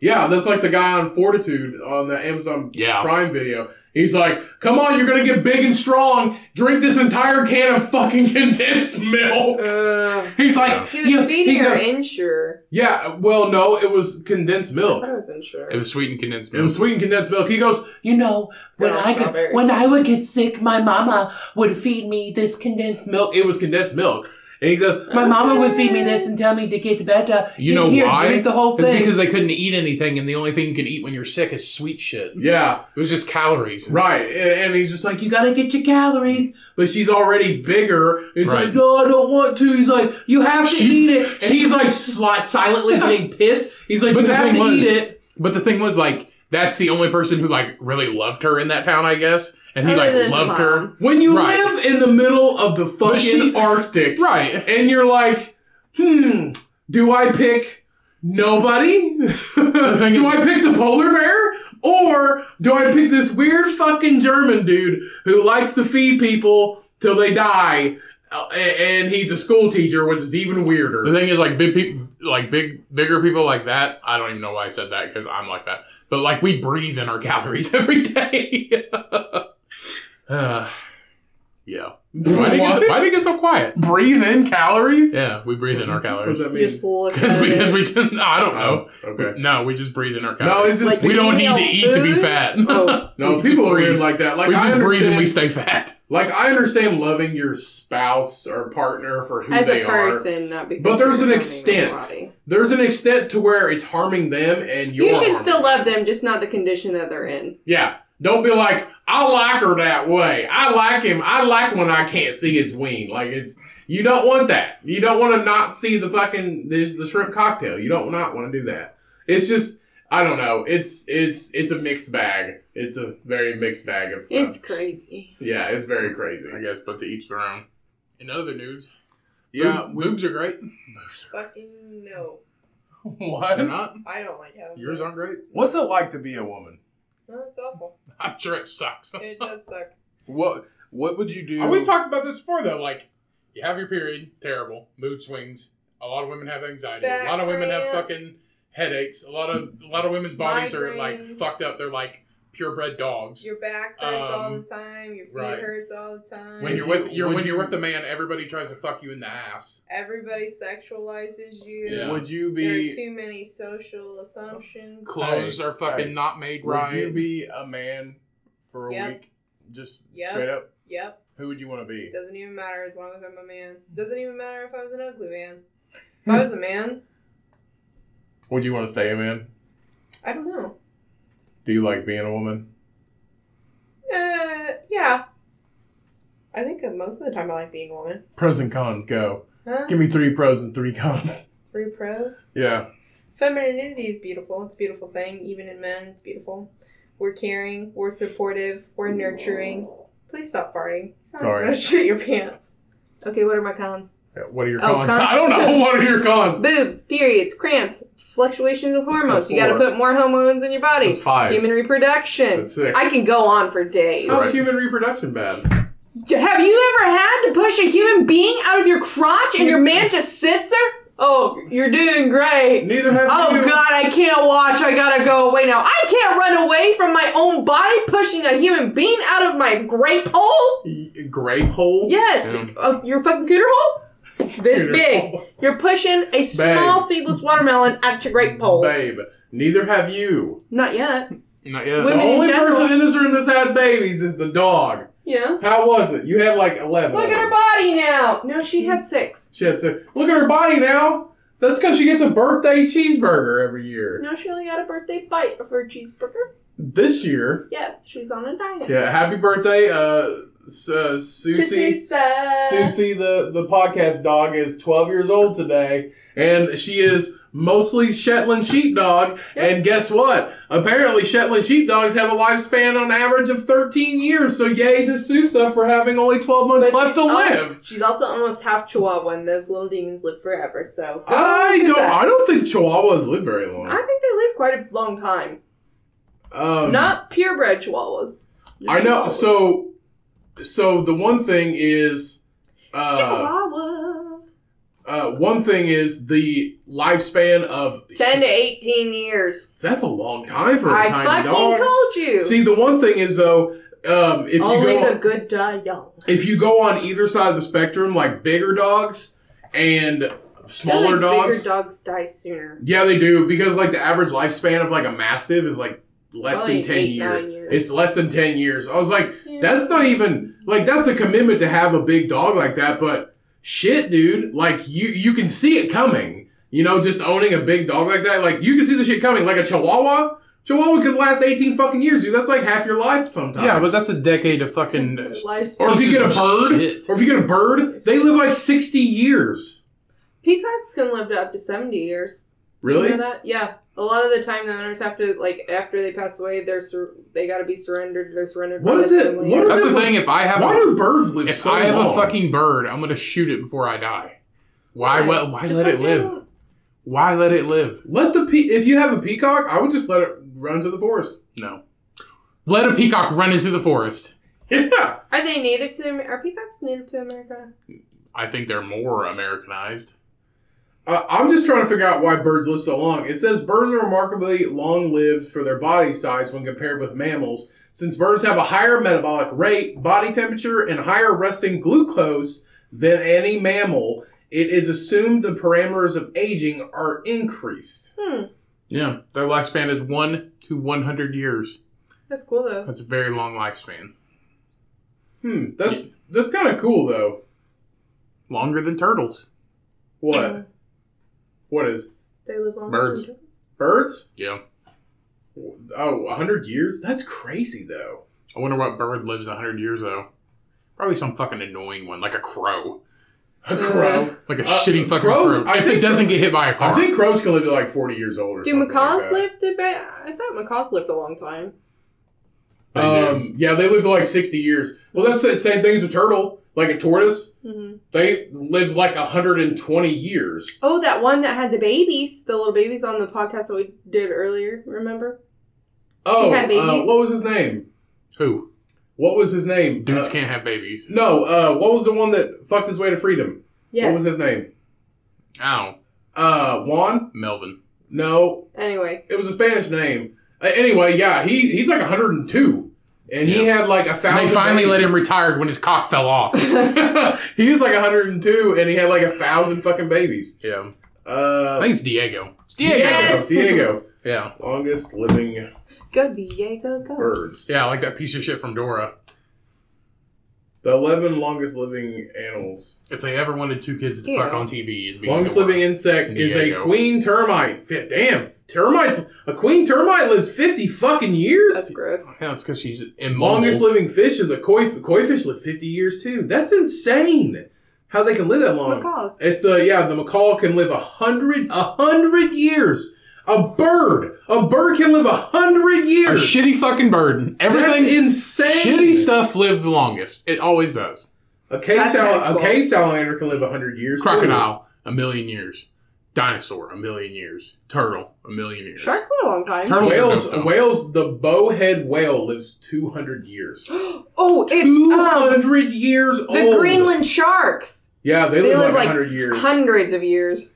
Speaker 3: yeah, that's like the guy on Fortitude on the Amazon
Speaker 4: yeah.
Speaker 3: Prime video. He's like, come on, you're gonna get big and strong. Drink this entire can of fucking condensed milk.
Speaker 2: Uh,
Speaker 3: He's like,
Speaker 4: Yeah.
Speaker 2: he was
Speaker 3: yeah,
Speaker 2: feeding
Speaker 3: he
Speaker 2: her
Speaker 3: goes-
Speaker 2: insure.
Speaker 3: yeah. Well, no, it was condensed
Speaker 2: I thought
Speaker 3: milk.
Speaker 2: it was insure.
Speaker 4: It was sweetened condensed
Speaker 3: It
Speaker 4: milk.
Speaker 3: was sweetened condensed milk. He goes, you know,
Speaker 2: It's
Speaker 3: when
Speaker 2: good on
Speaker 3: I got,
Speaker 2: strawberries.
Speaker 3: when I would get sick, my mama would feed me this condensed milk. It was condensed milk, and he says, my mama would feed me this and tell me to get better.
Speaker 4: You know
Speaker 3: Here,
Speaker 4: why?
Speaker 3: Drink the whole
Speaker 4: It's
Speaker 3: thing.
Speaker 4: because they couldn't eat anything, and the only thing you can eat when you're sick is sweet shit. It
Speaker 3: yeah,
Speaker 4: was just calories.
Speaker 3: right. A- And he's just like, you gotta get your calories. But she's already bigger. He's
Speaker 4: Right.
Speaker 3: like, no, I don't want to. He's like, you have to
Speaker 4: She-
Speaker 3: eat it. And he's like, sli- silently getting pissed. He's like,
Speaker 4: But
Speaker 3: you
Speaker 4: the
Speaker 3: have
Speaker 4: thing
Speaker 3: to
Speaker 4: was-
Speaker 3: eat it.
Speaker 4: But the thing was, like, that's the only person who like really loved her in that town, I guess. And he
Speaker 2: Other
Speaker 4: like
Speaker 2: than
Speaker 4: loved her.
Speaker 2: mom.
Speaker 3: When you
Speaker 4: Right.
Speaker 3: live in the middle of the fucking
Speaker 4: she-
Speaker 3: Arctic,
Speaker 4: Right.
Speaker 3: and you're like, hmm, do I pick nobody? do
Speaker 4: thing is-
Speaker 3: I pick the polar bear? Or do I pick this weird fucking German dude who likes to feed people till they die? uh, And and he's a school teacher, which is even
Speaker 4: The
Speaker 3: weirder.
Speaker 4: thing is, like big people, like big bigger people like that. I don't even know why I said that because I'm like that. But like we breathe in our calories every day. Uh, Yeah. Why do you get so, why do you get so quiet?
Speaker 3: Breathe in calories?
Speaker 4: Yeah, we breathe in our
Speaker 3: What does
Speaker 4: calories.
Speaker 3: that mean?
Speaker 2: Just look
Speaker 4: Because
Speaker 2: at
Speaker 4: we,
Speaker 2: it.
Speaker 4: because we didn't, I don't know.
Speaker 3: Oh, Okay.
Speaker 4: No, we just breathe in our
Speaker 3: No,
Speaker 4: calories.
Speaker 3: it's just
Speaker 2: Like-
Speaker 4: we don't need to
Speaker 2: Inhale
Speaker 4: eat to be
Speaker 2: food?
Speaker 4: fat.
Speaker 2: Oh.
Speaker 3: no.
Speaker 4: we
Speaker 3: People
Speaker 4: just
Speaker 3: are weird
Speaker 4: breathe.
Speaker 3: like that. Like
Speaker 4: we
Speaker 3: I
Speaker 4: just breathe and
Speaker 3: understand.
Speaker 4: we stay fat.
Speaker 3: like I understand loving your spouse or partner for who
Speaker 2: as
Speaker 3: they
Speaker 2: a
Speaker 3: are.
Speaker 2: person, not because.
Speaker 3: But there's an
Speaker 2: you're harming
Speaker 3: extent.
Speaker 2: anybody.
Speaker 3: There's an extent to where it's harming them and you're
Speaker 2: You should
Speaker 3: harming
Speaker 2: still love them, just not the condition that they're in.
Speaker 3: Yeah. Don't be like, I like her that way. I like him. I like when I can't see his wing. Like it's you don't want that. You don't want to not see the fucking the, the shrimp cocktail. You don't not want to do that. It's just I don't know. It's it's it's a mixed bag. It's a very mixed bag of.
Speaker 2: It's
Speaker 3: of-
Speaker 2: crazy.
Speaker 3: Yeah, it's very crazy.
Speaker 4: I guess, but to each their own. In other news,
Speaker 3: Yeah,
Speaker 4: boob- boobs are great.
Speaker 2: Fucking no.
Speaker 4: They're
Speaker 3: what?
Speaker 4: not.
Speaker 2: I don't like how
Speaker 4: Yours aren't great.
Speaker 3: What's it like to be a woman?
Speaker 2: No, it's awful.
Speaker 4: I'm sure it sucks.
Speaker 2: It does suck.
Speaker 3: What What would you do?
Speaker 4: Uh, We've talked about this before, though. Like, you have your period, terrible mood swings. A lot of women have anxiety. a
Speaker 2: Back
Speaker 4: lot of women have
Speaker 2: cramps.
Speaker 4: fucking headaches. A lot of a lot of women's bodies are like
Speaker 2: Migraines.
Speaker 4: fucked up. They're like purebred dogs.
Speaker 2: Your back hurts all the time. Your feet
Speaker 4: Um, right.
Speaker 2: hurts all the time.
Speaker 4: When
Speaker 3: If
Speaker 4: you're
Speaker 3: you-
Speaker 4: with you're
Speaker 3: would
Speaker 4: when you're
Speaker 3: you-
Speaker 4: with the man, everybody tries to fuck you in the ass.
Speaker 2: Everybody sexualizes you.
Speaker 4: Yeah.
Speaker 3: Would you
Speaker 2: There are
Speaker 3: be?
Speaker 2: too many social assumptions.
Speaker 4: Clothes are fucking
Speaker 3: hey.
Speaker 4: not made
Speaker 3: Would
Speaker 4: right.
Speaker 3: you be a man for a
Speaker 2: Yep.
Speaker 3: week? Just
Speaker 2: Yep.
Speaker 3: straight up.
Speaker 2: Yep.
Speaker 3: Who would you want to be?
Speaker 2: Doesn't even matter as long as I'm a man.
Speaker 4: Hmm.
Speaker 2: Doesn't even matter if I was an ugly man. If I was a man,
Speaker 3: Would you want to stay a man?
Speaker 2: I don't know.
Speaker 3: Do you like being a woman?
Speaker 2: Uh, yeah. I think that most of the time I like being a woman.
Speaker 3: Pros and cons, go.
Speaker 2: Huh?
Speaker 3: Give me three pros and three cons.
Speaker 2: Three pros.
Speaker 3: Yeah.
Speaker 2: Femininity is beautiful. It's a beautiful thing. Even in men, it's beautiful. We're caring. We're supportive. We're nurturing. Please stop farting. It's not
Speaker 3: Sorry.
Speaker 2: gonna shoot your pants. Okay, what are my cons?
Speaker 3: Yeah, What are your
Speaker 2: Oh,
Speaker 3: cons?
Speaker 2: cons?
Speaker 3: I don't know. What are your cons?
Speaker 2: Boobs, periods, cramps, fluctuations of hormones.
Speaker 3: That's
Speaker 2: You gotta
Speaker 3: four.
Speaker 2: put more hormones in your body.
Speaker 3: That's five.
Speaker 2: Human reproduction.
Speaker 3: That's six.
Speaker 2: I can go on for days.
Speaker 3: How's
Speaker 4: Right.
Speaker 3: human reproduction bad?
Speaker 2: Have you ever had to push a human being out of your crotch and your man just sits there? Oh, you're doing great.
Speaker 3: Neither have
Speaker 2: Oh
Speaker 3: you.
Speaker 2: God, I can't watch. I gotta go away now. I can't run away from my own body pushing a human being out of my grape hole.
Speaker 3: Y- Grape hole?
Speaker 2: Yes,
Speaker 4: Yeah.
Speaker 2: uh, your fucking cooter hole. This
Speaker 3: Cooter
Speaker 2: big.
Speaker 3: hole.
Speaker 2: You're pushing a small
Speaker 3: Babe.
Speaker 2: seedless watermelon out your grape hole.
Speaker 3: Babe. Neither have you.
Speaker 2: Not yet.
Speaker 4: Not yet.
Speaker 3: The
Speaker 2: Women in
Speaker 3: only
Speaker 2: general.
Speaker 3: person in this room that's had babies is the dog.
Speaker 2: Yeah.
Speaker 3: How was it? You had like 11.
Speaker 2: Look at her body now. No, she had six.
Speaker 3: She had six. Look at her body now. That's because she gets a birthday cheeseburger every year.
Speaker 2: No, she only got a birthday bite of her cheeseburger.
Speaker 3: This year,
Speaker 2: Yes, she's on a diet.
Speaker 3: Yeah, happy birthday, uh, S- uh Susie. Susie, the the podcast dog, is 12 years old today, and she is mostly Shetland sheepdog. And guess what? Apparently, Shetland sheepdogs have a lifespan on average of 13 years. So yay to Susa for having only 12 months
Speaker 2: But
Speaker 3: left to
Speaker 2: she's also-
Speaker 3: live.
Speaker 2: She's also almost half Chihuahua, and those little demons live forever. So
Speaker 3: I
Speaker 2: Who's
Speaker 3: don't.
Speaker 2: that?
Speaker 3: I don't think Chihuahuas live very long.
Speaker 2: I think they live quite a long time.
Speaker 3: um,
Speaker 2: Not purebred Chihuahuas. Just
Speaker 3: I know.
Speaker 2: Chihuahuas.
Speaker 3: So, so the one thing is. Uh,
Speaker 2: Chihuahua.
Speaker 3: Uh, one thing is the lifespan of
Speaker 2: Ten to eighteen years.
Speaker 3: That's a long time for a
Speaker 2: I
Speaker 3: tiny
Speaker 2: fucking
Speaker 3: dog.
Speaker 2: told you.
Speaker 3: See, the one thing is though, um, if
Speaker 2: Only
Speaker 3: you go
Speaker 2: the good die young.
Speaker 3: if you go on either side of the spectrum, like bigger dogs and
Speaker 2: I feel
Speaker 3: smaller
Speaker 2: like
Speaker 3: dogs,
Speaker 2: Bigger dogs die sooner.
Speaker 3: yeah, they do because like the average lifespan of like a mastiff is like less
Speaker 2: Probably
Speaker 3: than ten
Speaker 2: eight,
Speaker 3: years.
Speaker 2: nine years.
Speaker 3: It's less than ten years. I was like,
Speaker 2: Yeah.
Speaker 3: that's not even like that's a commitment to have a big dog like that, but shit, dude, like you you can see it coming. You know, just owning a big dog like that, like you can see the shit coming. Like a Chihuahua, Chihuahua could last eighteen fucking years, dude. That's like half your life sometimes.
Speaker 4: yeah, but that's a decade of fucking.
Speaker 2: Lifespan.
Speaker 3: or if you get a
Speaker 4: Shit.
Speaker 3: bird, or if you get a bird, they live like sixty years.
Speaker 2: Peacocks can live to up to seventy years. You know
Speaker 3: Really?
Speaker 2: that? Yeah. A lot of the time, the owners have to like after they pass away, they're sur- they got to be surrendered. They're surrendered.
Speaker 3: What
Speaker 2: by
Speaker 3: is
Speaker 2: their
Speaker 3: it-
Speaker 2: family.
Speaker 3: what is
Speaker 4: That's
Speaker 3: it
Speaker 4: the
Speaker 3: with-
Speaker 4: thing. If I have
Speaker 3: Why
Speaker 4: a,
Speaker 3: do birds live
Speaker 4: if
Speaker 3: so
Speaker 4: I have
Speaker 3: long?
Speaker 4: a fucking bird, I'm gonna shoot it before I die. Why? Why, why
Speaker 2: Just
Speaker 4: let
Speaker 2: like
Speaker 4: it live?
Speaker 2: animals.
Speaker 4: Why let it live?
Speaker 3: let the pe- if you have a peacock, I would just let it run to the forest.
Speaker 4: No. Let a peacock run into the forest.
Speaker 3: Yeah,
Speaker 2: Are they native to? Amer- Are peacocks native to America?
Speaker 4: I think they're more Americanized.
Speaker 3: Uh, I'm just trying to figure out why birds live so long. It says birds are remarkably long lived for their body size when compared with mammals, since birds have a higher metabolic rate, body temperature, and higher resting glucose than any mammal. It is assumed the parameters of aging are increased.
Speaker 2: Hmm.
Speaker 4: Yeah, their lifespan is one to one hundred years.
Speaker 2: That's cool though.
Speaker 4: That's a very long lifespan,
Speaker 3: Hmm, that's that's kind of cool though.
Speaker 4: longer than turtles.
Speaker 3: What? What is
Speaker 2: They live longer
Speaker 4: Birds.
Speaker 2: than turtles.
Speaker 3: birds?
Speaker 4: Yeah,
Speaker 3: Oh, 100 years? That's crazy though.
Speaker 4: I wonder what bird lives hundred years though. Probably some fucking annoying one, like a crow,
Speaker 3: A crow.
Speaker 4: like a
Speaker 3: Uh,
Speaker 4: shitty fucking
Speaker 3: crows-
Speaker 4: crow.
Speaker 3: I
Speaker 4: if
Speaker 3: think-
Speaker 4: it doesn't get hit by a car,
Speaker 3: I think crows can live to like 40 years old or
Speaker 2: Do
Speaker 3: something.
Speaker 2: macaws
Speaker 3: like that.
Speaker 2: live? Did I thought macaws lived a long time.
Speaker 4: They do.
Speaker 3: Um, yeah, they live to like 60 years. Well, that's the same thing as a turtle. Like a tortoise,
Speaker 2: hmm
Speaker 3: they live like 120 years.
Speaker 2: Oh, that one that had the babies, the little babies on the podcast that we did earlier. Remember?
Speaker 3: Oh,
Speaker 2: had
Speaker 3: uh,
Speaker 2: babies?
Speaker 3: what was his name?
Speaker 4: who
Speaker 3: What was his name?
Speaker 4: dudes
Speaker 3: Uh,
Speaker 4: can't have babies.
Speaker 3: no, uh, what was the one that fucked his way to freedom? What was
Speaker 2: Yes.
Speaker 3: his name?
Speaker 4: Ow,
Speaker 3: Uh, Juan?
Speaker 4: Melvin.
Speaker 3: No,
Speaker 2: Anyway,
Speaker 3: it was a Spanish name. Uh, anyway, yeah, he he's like 102, and he had like a
Speaker 4: And
Speaker 3: thousand.
Speaker 4: they finally let
Speaker 3: babies.
Speaker 4: him retired when his cock fell off.
Speaker 3: he was like 102, and he had like a thousand fucking babies.
Speaker 4: yeah, I
Speaker 3: Uh,
Speaker 4: think it's Diego. It's Diego.
Speaker 2: Yes!
Speaker 3: Diego,
Speaker 4: Yeah.
Speaker 3: longest living
Speaker 2: go Diego, go.
Speaker 3: birds.
Speaker 4: Yeah, like that piece of shit from Dora.
Speaker 3: The 11 longest living animals.
Speaker 4: If they ever wanted two kids to
Speaker 2: Ew.
Speaker 4: fuck on TV, it'd be
Speaker 3: longest
Speaker 4: Dora.
Speaker 3: living insect is a
Speaker 4: Diego.
Speaker 3: queen termite. Fi- Damn, termites. A queen termite lives 50 fucking years.
Speaker 2: That's gross.
Speaker 4: Yeah, it's because she's immobile.
Speaker 3: longest living fish is a koi. f- Koi fish live 50 years too. That's insane. How they can live that long?
Speaker 2: Macaws.
Speaker 3: It's the yeah. The macaw can live a hundred a hundred years. A bird. A bird can live a hundred
Speaker 4: a
Speaker 3: years.
Speaker 4: shitty fucking bird.
Speaker 3: That's
Speaker 4: Everything
Speaker 3: insane.
Speaker 4: shitty stuff lived the longest. It always does.
Speaker 3: A cave,
Speaker 2: That's
Speaker 3: sal-
Speaker 2: kinda
Speaker 3: a
Speaker 2: cool.
Speaker 3: cave salamander can live a hundred years. too.
Speaker 4: Crocodile, a million years. Dinosaur, a million years. Turtle, a million years.
Speaker 2: Sharks live a long time.
Speaker 4: Turtles are
Speaker 3: Whales,
Speaker 4: dope, though.
Speaker 3: whales. The bowhead whale lives two hundred years.
Speaker 2: oh,
Speaker 3: Two
Speaker 2: it's um,
Speaker 3: hundred years
Speaker 2: the
Speaker 3: old.
Speaker 2: Greenland sharks.
Speaker 3: Yeah, they, live, like hundred years.
Speaker 2: hundreds of years.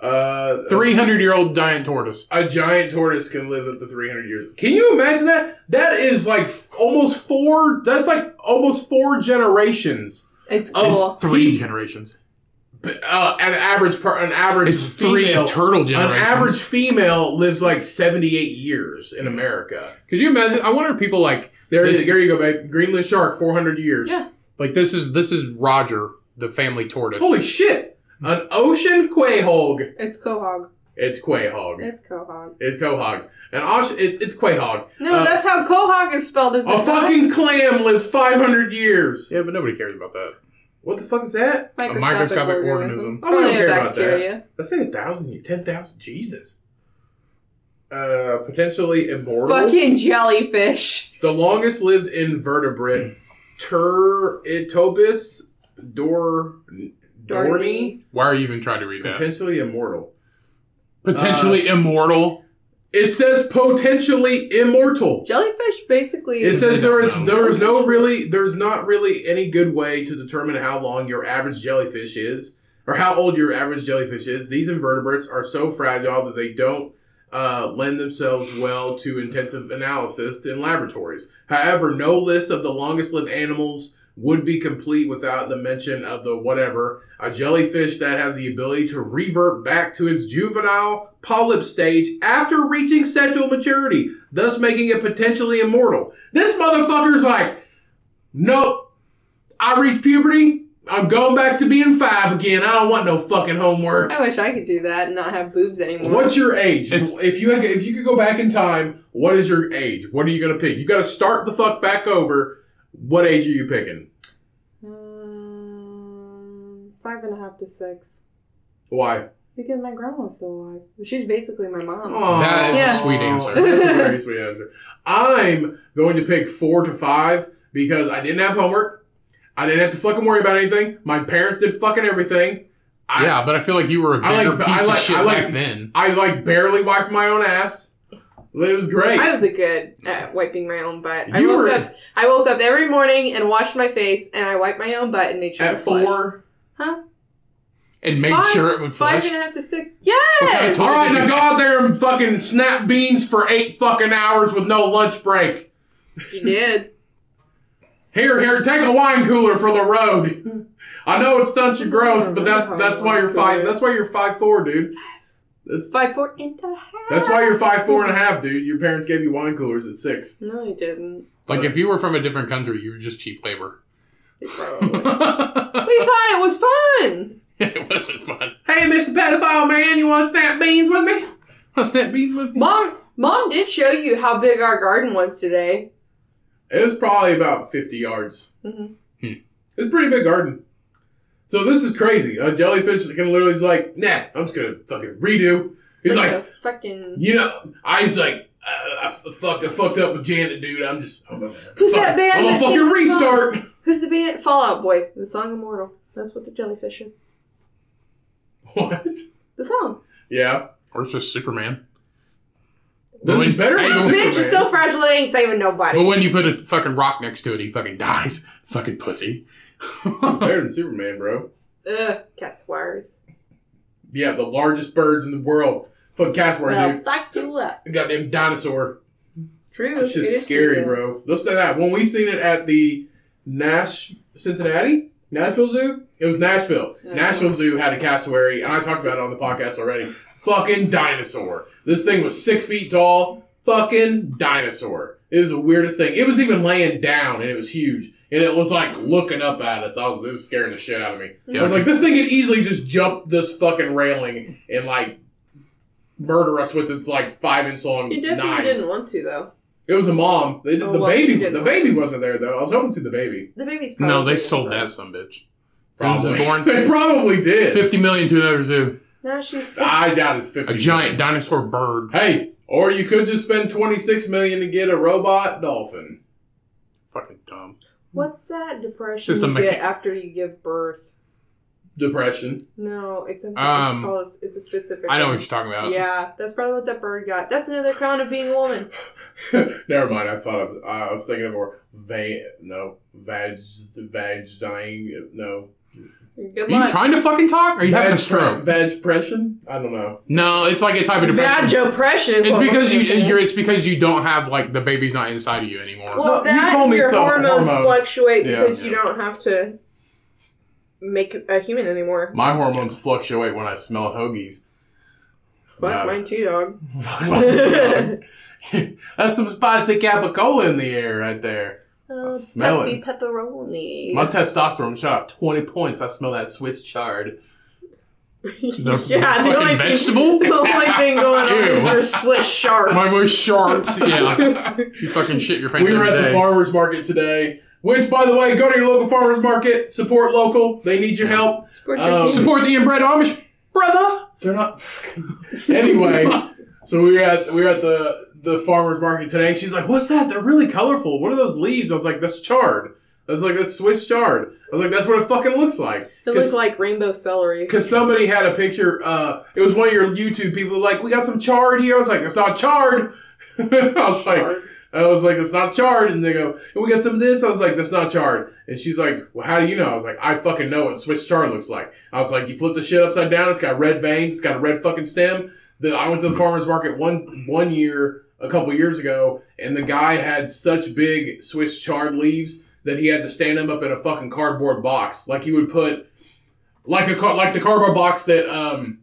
Speaker 3: uh,
Speaker 4: Three hundred year old giant tortoise.
Speaker 3: A giant tortoise can live up to 300 years. Can you imagine that? That is like f- almost four, that's like almost four generations.
Speaker 2: It's cool.
Speaker 3: Oh,
Speaker 4: It's three generations.
Speaker 3: But, uh, an average part, an average
Speaker 4: It's three
Speaker 3: female,
Speaker 4: turtle
Speaker 3: an
Speaker 4: generations.
Speaker 3: average female lives like 78 years in America.
Speaker 4: Could you imagine? I wonder if people like
Speaker 3: There it
Speaker 4: This-
Speaker 3: is. There you go, babe. Greenland shark, 400 years.
Speaker 2: Yeah.
Speaker 4: like this is this is Roger, the family tortoise.
Speaker 3: Holy shit. An ocean quahog.
Speaker 2: it's quahog.
Speaker 3: It's quahog.
Speaker 2: It's quahog.
Speaker 3: It's quahog. An ocean, it's, it's quahog.
Speaker 2: No,
Speaker 3: Uh,
Speaker 2: that's how quahog is spelled. Is it
Speaker 3: A
Speaker 2: not?
Speaker 3: fucking clam lives 500 years.
Speaker 4: yeah, but nobody cares about that.
Speaker 3: What the fuck is that?
Speaker 4: a microscopic organism.
Speaker 3: Oh, we don't
Speaker 2: Probably a
Speaker 3: care about
Speaker 2: bacteria.
Speaker 3: Let's say a thousand years, ten thousand. Jesus. Uh, potentially immortal.
Speaker 2: Fucking jellyfish.
Speaker 3: The longest lived invertebrate, Turritopus dor dorney,
Speaker 4: Why are you even trying to read that?
Speaker 3: potentially immortal.
Speaker 2: Uh,
Speaker 4: Potentially immortal.
Speaker 3: It says potentially immortal.
Speaker 2: Jellyfish basically
Speaker 3: It
Speaker 2: is
Speaker 3: says there is
Speaker 4: don't know.
Speaker 3: there is no really there's not really any good way to determine how long your average jellyfish is or how old your average jellyfish is. These invertebrates are so fragile that they don't uh, lend themselves well to intensive analysis in laboratories. However, no list of the longest lived animals would be complete without the mention of the whatever a jellyfish that has the ability to revert back to its juvenile polyp stage after reaching sexual maturity, thus making it potentially immortal. This motherfucker's like, nope, I reached puberty. I'm going back to being five again. I don't want no fucking homework.
Speaker 2: I wish I could do that and not have boobs anymore.
Speaker 3: What's your age?
Speaker 4: It's-
Speaker 3: if you had, if you could go back in time, what is your age? What are you gonna pick? You got to start the fuck back over. What age are you picking?
Speaker 2: Um, five and a half to six.
Speaker 3: Why?
Speaker 2: Because my grandma's still alive. She's basically my mom.
Speaker 3: Aw.
Speaker 4: That
Speaker 2: is a Yeah.
Speaker 4: sweet answer.
Speaker 3: That's a very sweet answer. I'm going to pick four to five because I didn't have homework. I didn't have to fucking worry about anything. My parents did fucking everything. I,
Speaker 4: yeah, but I feel like you were a
Speaker 3: I
Speaker 4: bigger
Speaker 3: like- I
Speaker 4: piece
Speaker 3: like-
Speaker 4: of shit
Speaker 3: I like-
Speaker 4: back then.
Speaker 3: I like barely wiped my own ass. It was great.
Speaker 2: I was a good at wiping my own butt. I
Speaker 3: You
Speaker 2: woke
Speaker 3: were-
Speaker 2: up. I woke up every morning and washed my face, and I wiped my own butt in nature.
Speaker 3: At four,
Speaker 2: Huh?
Speaker 4: and made
Speaker 2: Five-
Speaker 4: sure it would
Speaker 2: Five
Speaker 4: flush.
Speaker 2: and a half to six.
Speaker 4: kind of
Speaker 2: Yes!
Speaker 4: talk-
Speaker 3: All right, now go out there and fucking snap beans for eight fucking hours with no lunch break.
Speaker 2: you did.
Speaker 3: Here, here, take a wine cooler for the road. I know it stunts your growth, but that's
Speaker 2: Oh,
Speaker 3: that's why you're five. That's why you're five four, dude. That's
Speaker 2: Five, four, and a half.
Speaker 3: that's why you're five four and a half, dude. Your parents gave you wine coolers at six.
Speaker 2: No, I didn't.
Speaker 4: like if you were from a different country, you were just cheap labor.
Speaker 2: They probably-
Speaker 4: it
Speaker 2: we thought it was fun!
Speaker 4: wasn't fun.
Speaker 3: Hey, Mr. Pedophile Man, you want to snap beans with me?
Speaker 4: I'll snap beans with
Speaker 2: Mom, Mom did show you how big our garden was today.
Speaker 3: It was probably about 50 yards.
Speaker 2: Mhm.
Speaker 4: Hmm.
Speaker 3: It's a pretty big garden. So this is crazy. A jellyfish can literally is like, nah, I'm just gonna fucking redo. He's like,
Speaker 2: a fucking.
Speaker 3: you know, I was like, uh, I, I f- fucked, I fucked up with Janet, dude. I'm just, I'm gonna,
Speaker 2: Who's
Speaker 3: fucking,
Speaker 2: that band
Speaker 3: I'm gonna
Speaker 2: that
Speaker 3: fucking
Speaker 2: sings the
Speaker 3: restart.
Speaker 2: Who's the band? Fallout Boy. The song Immortal. That's what the jellyfish is.
Speaker 3: What?
Speaker 2: The song.
Speaker 3: Yeah,
Speaker 4: Or it's just Superman.
Speaker 3: this is
Speaker 4: When-
Speaker 3: better.
Speaker 4: Hey,
Speaker 3: than
Speaker 2: This
Speaker 3: Superman.
Speaker 2: bitch is so fragile it ain't saving
Speaker 4: But
Speaker 2: nobody.
Speaker 4: when you put a fucking rock next to it, he fucking dies. Fucking pussy.
Speaker 3: better than Superman, bro.
Speaker 2: Ugh, cat's wires.
Speaker 3: Yeah, the largest birds in the world. Fuck cassowary,
Speaker 2: Well, fuck you up.
Speaker 3: dude. Goddamn dinosaur.
Speaker 2: True.
Speaker 3: It's
Speaker 2: it
Speaker 3: just
Speaker 2: is
Speaker 3: scary,
Speaker 2: true.
Speaker 3: bro. Let's say that. When we seen it at the Nash Cincinnati Nashville Zoo, it was Nashville.
Speaker 2: Yeah.
Speaker 3: Nashville Zoo had a cassowary, and I talked about it on the podcast already. Fucking dinosaur. This thing was six feet tall. Fucking dinosaur. It was the weirdest thing. It was even laying down, and it was huge. And it was like looking up at us. I was it was scaring the shit out of me. I
Speaker 4: Yeah,
Speaker 3: was like, this thing could easily just jump this fucking railing and like murder us with its like five inch long
Speaker 2: He definitely
Speaker 3: knives.
Speaker 2: didn't want to, though.
Speaker 3: It was a mom. They,
Speaker 2: Oh,
Speaker 3: the
Speaker 2: well, she
Speaker 3: baby,
Speaker 2: didn't
Speaker 3: the
Speaker 2: want
Speaker 3: baby wasn't there though. I was hoping to see the baby.
Speaker 2: The baby's probably.
Speaker 4: no, they
Speaker 2: so-
Speaker 4: sold that some bitch.
Speaker 3: Probably,
Speaker 4: It was born
Speaker 3: they probably did.
Speaker 4: fifty million to another zoo.
Speaker 2: No, she's.
Speaker 3: I doubt it's fifty.
Speaker 4: A giant dinosaur bird.
Speaker 3: Hey, or you could just spend twenty six million to get a robot dolphin.
Speaker 4: Fucking dumb.
Speaker 2: What's that depression
Speaker 4: Just a
Speaker 2: you
Speaker 4: mecha-
Speaker 2: get after you give birth?
Speaker 3: Depression.
Speaker 2: No, it's a,
Speaker 4: Um,
Speaker 2: it's, called, it's a specific.
Speaker 4: I know what
Speaker 2: thing.
Speaker 4: you're talking about.
Speaker 2: Yeah, that's probably what that bird got. That's another crown of being a woman.
Speaker 3: Never mind. I thought I was, I was thinking of more. Va- no, vag, vag dying. No,
Speaker 2: Good
Speaker 4: Are you
Speaker 2: luck.
Speaker 4: trying to fucking talk? Or are you having a
Speaker 3: Vag-
Speaker 4: stroke?
Speaker 3: Vagpression. I don't know.
Speaker 4: No, it's like a type of depression.
Speaker 2: Vag oppression is
Speaker 4: It's
Speaker 2: what
Speaker 4: because you
Speaker 2: women get.
Speaker 4: you're, it's because you don't have like the baby's not inside of you anymore.
Speaker 2: Well,
Speaker 3: No, you
Speaker 2: that
Speaker 3: told me
Speaker 2: your
Speaker 3: so,
Speaker 2: hormones,
Speaker 3: hormones.
Speaker 2: fluctuate
Speaker 3: Yeah.
Speaker 2: because you don't have to make a human anymore.
Speaker 3: My hormones fluctuate when I smell hoagies.
Speaker 2: Fuck
Speaker 3: No.
Speaker 2: mine too, dog.
Speaker 3: That's some spicy capicola in the air right there.
Speaker 2: Oh,
Speaker 3: smell
Speaker 2: puppy
Speaker 3: it.
Speaker 2: pepperoni.
Speaker 3: My testosterone shot up 20 points. I smell that Swiss chard.
Speaker 2: yeah, the
Speaker 4: fucking
Speaker 2: only
Speaker 4: vegetable?
Speaker 2: Thing, the only thing going on is
Speaker 4: Ew.
Speaker 2: your Swiss sharks.
Speaker 4: My voice sharks. Yeah, you fucking shit your pants.
Speaker 3: We were
Speaker 4: every
Speaker 3: at the
Speaker 4: day.
Speaker 3: farmer's market today, which, by the way, go to your local farmer's market, support local. They need your help.
Speaker 2: Squirt your
Speaker 3: Um,
Speaker 2: bean.
Speaker 4: Support the inbred Amish, brother.
Speaker 3: They're not. anyway, so we were at we were at the the farmer's market today. She's like, "What's that? They're really colorful. What are those leaves?" I was like, "That's chard." I was like, "That's Swiss chard." I was like, "That's what it fucking looks like."
Speaker 2: It looks like rainbow celery.
Speaker 3: Because somebody had a picture. Uh, it was one of your YouTube people. Like, we got some chard here. I was like, "It's not chard." I was like, I was like, it's not charred. And they go, and we got some of this. I was like, that's not charred. And she's like, well, how do you know? I was like, I fucking know what Swiss chard looks like. I was like, you flip the shit upside down. It's got red veins. It's got a red fucking stem. The, I went to the farmer's market one one year, a couple years ago, and the guy had such big Swiss chard leaves that he had to stand them up in a fucking cardboard box. Like he would put, like a car, like the cardboard box that um,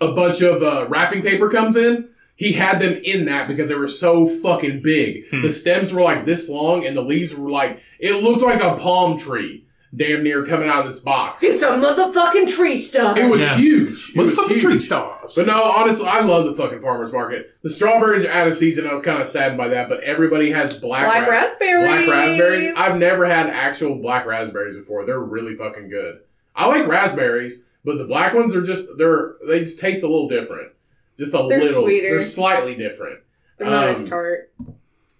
Speaker 3: a bunch of uh, wrapping paper comes in. He had them in that because they were so fucking big.
Speaker 4: Hmm.
Speaker 3: The stems were like this long, and the leaves were like it looked like a palm tree, damn near coming out of this box. It
Speaker 2: It's a motherfucking tree stump.
Speaker 3: was
Speaker 4: Yeah.
Speaker 3: huge. It
Speaker 4: What the
Speaker 3: was
Speaker 4: fucking
Speaker 3: huge.
Speaker 4: tree stars?
Speaker 3: But no, honestly, I love the fucking farmers market. The strawberries are out of season. I was kind of saddened by that, but everybody has black
Speaker 2: Black
Speaker 3: ra-
Speaker 2: raspberries.
Speaker 3: black raspberries. I've never had actual black raspberries before. They're really fucking good. I like raspberries, but the black ones are just they're they just taste a little different. Just a
Speaker 2: They're
Speaker 3: little.
Speaker 2: sweeter.
Speaker 3: They're slightly different.
Speaker 2: They're not
Speaker 3: um,
Speaker 2: as tart.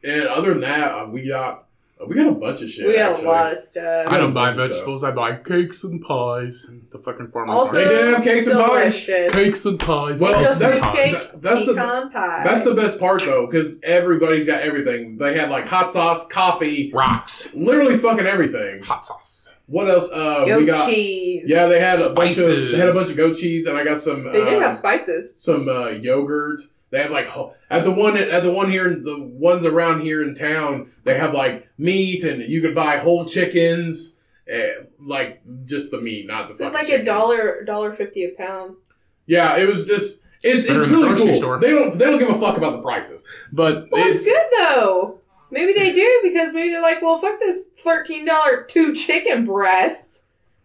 Speaker 3: And other than that, uh, we got We got a bunch of shit.
Speaker 2: we got
Speaker 3: actually.
Speaker 2: a lot of stuff.
Speaker 4: I don't buy
Speaker 3: bunch of stuff.
Speaker 4: vegetables. I buy cakes and pies. The fucking farmer's
Speaker 2: also,
Speaker 3: They
Speaker 4: market.
Speaker 3: did have cakes and pies.
Speaker 2: delicious.
Speaker 4: cakes and pies.
Speaker 3: Well,
Speaker 4: cakes and
Speaker 3: that's-
Speaker 4: pies.
Speaker 2: cake,
Speaker 3: Th- that's the
Speaker 2: pecan pie.
Speaker 3: that's the best part though, because everybody's got everything. They had like hot sauce, coffee,
Speaker 4: rocks,
Speaker 3: literally fucking everything.
Speaker 4: hot sauce.
Speaker 3: What else? Uh,
Speaker 2: goat
Speaker 3: we got
Speaker 2: cheese.
Speaker 3: yeah, they had a bunch of
Speaker 4: Spices.
Speaker 3: they had a bunch of goat cheese, and I got some.
Speaker 2: They did
Speaker 3: uh,
Speaker 2: have spices.
Speaker 3: some uh, yogurt. They have like ho- at the one at the one here in the ones around here in town. They have like meat, and you could buy whole chickens, eh, like just the meat, not the.
Speaker 2: It was
Speaker 3: fucking
Speaker 2: like a
Speaker 3: chicken.
Speaker 2: dollar, dollar fifty a pound.
Speaker 3: Yeah, it was just it's
Speaker 4: Better
Speaker 3: it's
Speaker 4: than the
Speaker 3: really
Speaker 4: grocery
Speaker 3: cool.
Speaker 4: store.
Speaker 3: They don't they don't give a fuck about the prices, but
Speaker 2: Well, it's,
Speaker 3: it's
Speaker 2: good though. Maybe they do because maybe they're like, well, fuck this thirteen dollar two chicken breasts.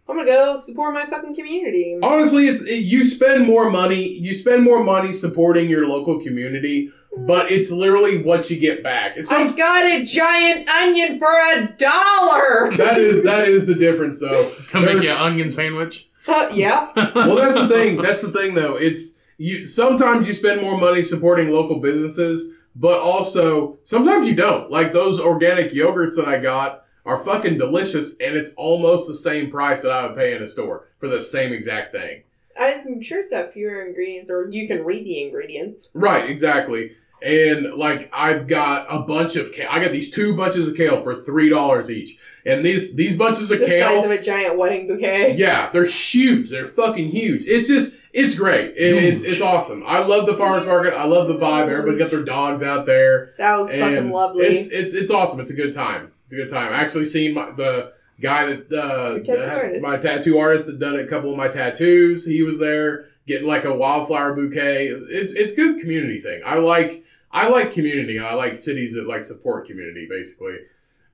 Speaker 2: I'm gonna go support my fucking community.
Speaker 3: honestly it's it, you spend more money you spend more money supporting your local community, but it's literally what you get back. It's
Speaker 2: I got a giant onion for a dollar.
Speaker 3: that is that is the difference though.
Speaker 4: Can I make
Speaker 3: There's-
Speaker 4: you an onion sandwich?
Speaker 2: Uh, yeah,
Speaker 3: well, that's the thing. That's the thing, though. It's you. Sometimes you spend more money supporting local businesses, but also sometimes you don't. Like those organic yogurts that I got are fucking delicious, and it's almost the same price that I would pay in a store for the same exact thing.
Speaker 2: I'm sure it's got fewer ingredients, or you can read the ingredients.
Speaker 3: Right, exactly. And like I've got a bunch of kale. I got these two bunches of kale for three dollars each, and these these bunches of
Speaker 2: The
Speaker 3: kale.
Speaker 2: size of a giant wedding bouquet.
Speaker 3: Yeah, they're huge. They're fucking huge. It's just, it's great. It- it's, it's awesome. I love the farmers market. I love the vibe. Everybody's got their dogs out there.
Speaker 2: That was fucking
Speaker 3: and
Speaker 2: lovely.
Speaker 3: It's it's it's awesome. It's a good time. It's a good time. I actually seen my, the guy that uh,
Speaker 2: Your tattoo
Speaker 3: that-
Speaker 2: artist.
Speaker 3: my tattoo artist that done a couple of my tattoos. He was there getting like a wildflower bouquet. It's it's good community thing. I like I like community. I like cities that like support community. Basically,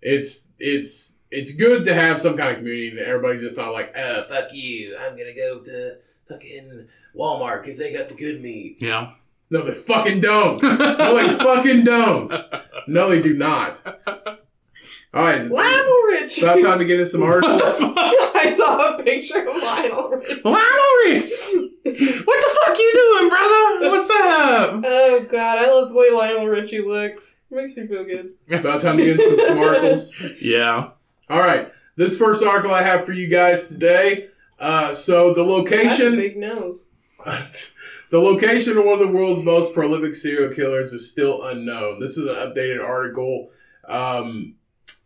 Speaker 3: it's it's it's good to have some kind of community and everybody's just not like, uh, fuck you. I'm gonna go to fucking Walmart because they got the good meat.
Speaker 4: Yeah.
Speaker 3: No, they fucking don't. No, they fucking don't. No, they do not. All right, it's
Speaker 2: Lionel Rich.
Speaker 3: about time to get into some articles.
Speaker 2: I saw a picture of Lionel Rich.
Speaker 4: Lowry! What the fuck you doing, brother? What's up?
Speaker 2: Oh god, I love the way Lionel Richie looks. makes you feel good.
Speaker 3: About time to get into some articles.
Speaker 4: Yeah.
Speaker 3: All right, this first article I have for you guys today. Uh, so the
Speaker 2: That's a
Speaker 3: location
Speaker 2: big nose.
Speaker 3: the location of one of the world's most prolific serial killers is still unknown. This is an updated article. Um,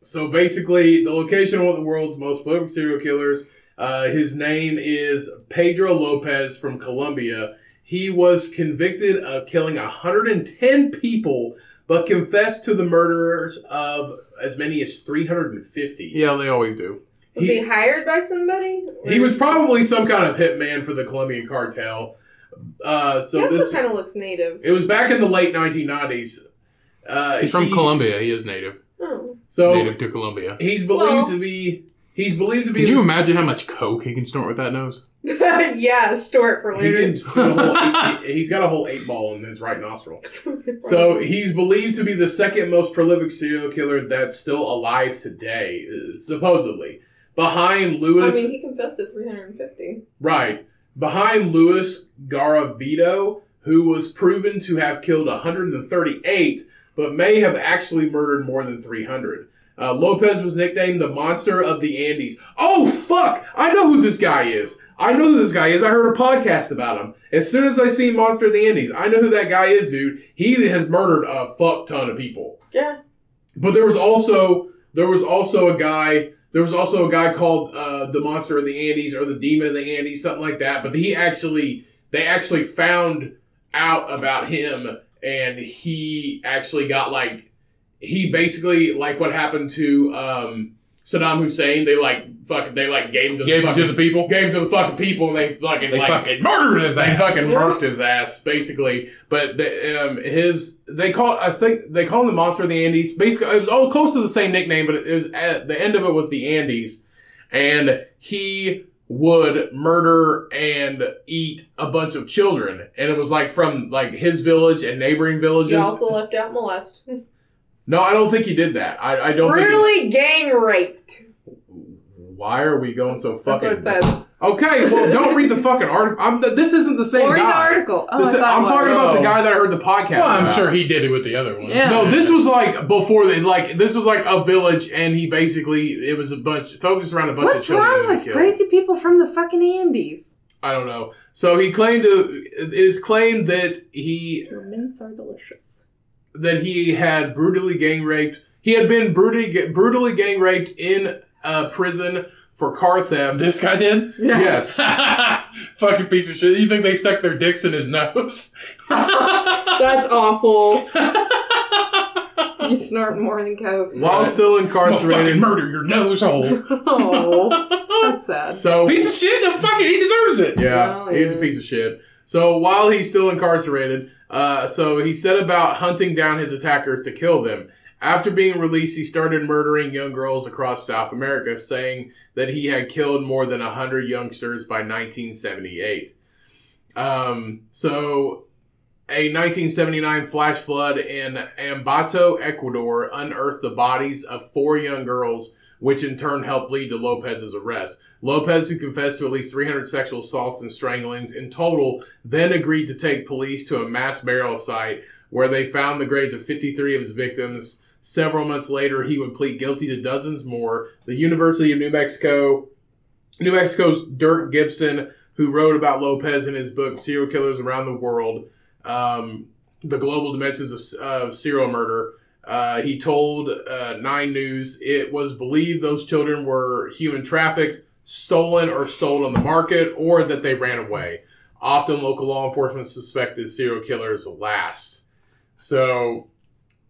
Speaker 3: so basically, the location of one of the world's most prolific serial killers. Uh, his name is Pedro Lopez from Colombia. He was convicted of killing 110 people, but confessed to the murders of as many as 350.
Speaker 4: Yeah, they always do.
Speaker 2: Was
Speaker 3: He-
Speaker 2: he, hired by somebody?
Speaker 3: He was probably some kind of hitman for the Colombian cartel. Uh, so
Speaker 2: he also
Speaker 3: this
Speaker 2: kind of looks native.
Speaker 3: it was back in the late 1990s. Uh,
Speaker 4: He's from
Speaker 3: he-
Speaker 4: Colombia. He is native.
Speaker 2: Oh.
Speaker 3: So
Speaker 4: Native to Colombia.
Speaker 3: he's believed
Speaker 2: Well-
Speaker 3: to be he's believed to be.
Speaker 4: Can you
Speaker 3: this-
Speaker 4: imagine how much coke he can snort with that nose?
Speaker 2: yeah, store it for
Speaker 3: He
Speaker 2: later.
Speaker 3: can fit a whole eight- he's got a whole eight ball in his right nostril. So he's believed to be the second most prolific serial killer that's still alive today, uh, supposedly, behind
Speaker 2: I
Speaker 3: Louis.
Speaker 2: mean, he confessed to 350.
Speaker 3: Right. Behind Luis Garavito, who was proven to have killed 138, but may have actually murdered more than 300. Uh, Lopez was nicknamed the Monster of the Andes. Oh, fuck! I know who this guy is. I know who this guy is. I heard a podcast about him. As soon as I see Monster of the Andes, I know who that guy is, dude. He has murdered a fuck ton of people.
Speaker 2: Yeah.
Speaker 3: But there was also there was also a guy there was also a guy called uh, the Monster of the Andes or the Demon of the Andes, something like that. But he actually they actually found out about him, and he actually got like he basically like what happened to um, Saddam Hussein. They like fucking they like gave him to
Speaker 4: Gave
Speaker 3: the
Speaker 4: him
Speaker 3: fucking,
Speaker 4: to the people.
Speaker 3: gave him to the fucking people, and they fucking
Speaker 4: They
Speaker 3: like,
Speaker 4: fucking murdered his
Speaker 3: they
Speaker 4: ass.
Speaker 3: fucking murked his ass basically. But the, um, his they call I think they call him the monster of the Andes. Basically, it was all close to the same nickname, but it was at the end of it was the Andes, and he would murder and eat a bunch of children, and it was like from like his village and neighboring
Speaker 2: He
Speaker 3: villages.
Speaker 2: also left out molest.
Speaker 3: no, I don't think he did that. I, I don't. Think
Speaker 2: Brutally gang raped.
Speaker 3: he- why are we going so
Speaker 2: That's what
Speaker 3: fucking?
Speaker 2: it says.
Speaker 3: Okay, well, don't read the fucking article. I'm, th- this isn't the same
Speaker 2: Or read
Speaker 3: guy.
Speaker 2: the article. Oh,
Speaker 3: This
Speaker 2: I
Speaker 3: is-
Speaker 2: thought
Speaker 3: I'm
Speaker 2: it
Speaker 3: talking
Speaker 2: was.
Speaker 3: about the
Speaker 4: Oh.
Speaker 3: guy that I heard the podcast.
Speaker 4: Well, I'm
Speaker 3: about.
Speaker 4: sure he did it with the other one.
Speaker 2: Yeah.
Speaker 3: No, this was like before the like this was like a village, and he basically it was a bunch focused around a bunch of
Speaker 2: What's
Speaker 3: children.
Speaker 2: wrong
Speaker 3: that he
Speaker 2: with
Speaker 3: killed.
Speaker 2: crazy people from the fucking Andes?
Speaker 3: I don't know. So he claimed to it is claimed that he
Speaker 2: Your mints are delicious.
Speaker 3: that he had brutally gang raped. He had been brutally brutally gang raped in uh, prison for car theft.
Speaker 4: This guy did?
Speaker 3: yes.
Speaker 4: Fucking piece of shit. You think they stuck their dicks in his nose?
Speaker 2: That's awful. you snort more than Coke.
Speaker 3: While still
Speaker 4: I'll fucking
Speaker 3: incarcerated.
Speaker 4: murder your nose hole.
Speaker 2: Oh, that's sad.
Speaker 3: So
Speaker 4: piece of shit. The fucking he deserves it.
Speaker 3: Yeah,
Speaker 2: Well,
Speaker 3: he's a
Speaker 2: yeah.
Speaker 3: piece of shit. So while he's still incarcerated, uh, so he set about hunting down his attackers to kill them. After being released, he started murdering young girls across South America, saying that he had killed more than 100 youngsters by 1978. Um, so, a 1979 flash flood in Ambato, Ecuador, unearthed the bodies of four young girls, which in turn helped lead to Lopez's arrest. Lopez, who confessed to at least 300 sexual assaults and stranglings in total, then agreed to take police to a mass burial site where they found the graves of 53 of his victims. Several months later, he would plead guilty to dozens more. The University of New Mexico, New Mexico's Dirk Gibson, who wrote about Lopez in his book Serial Killers Around the World, um, The Global Dimensions of, of Serial Murder, uh, he told uh, Nine News it was believed those children were human trafficked, stolen, or sold on the market, or that they ran away. Often, local law enforcement suspected serial killers last. So,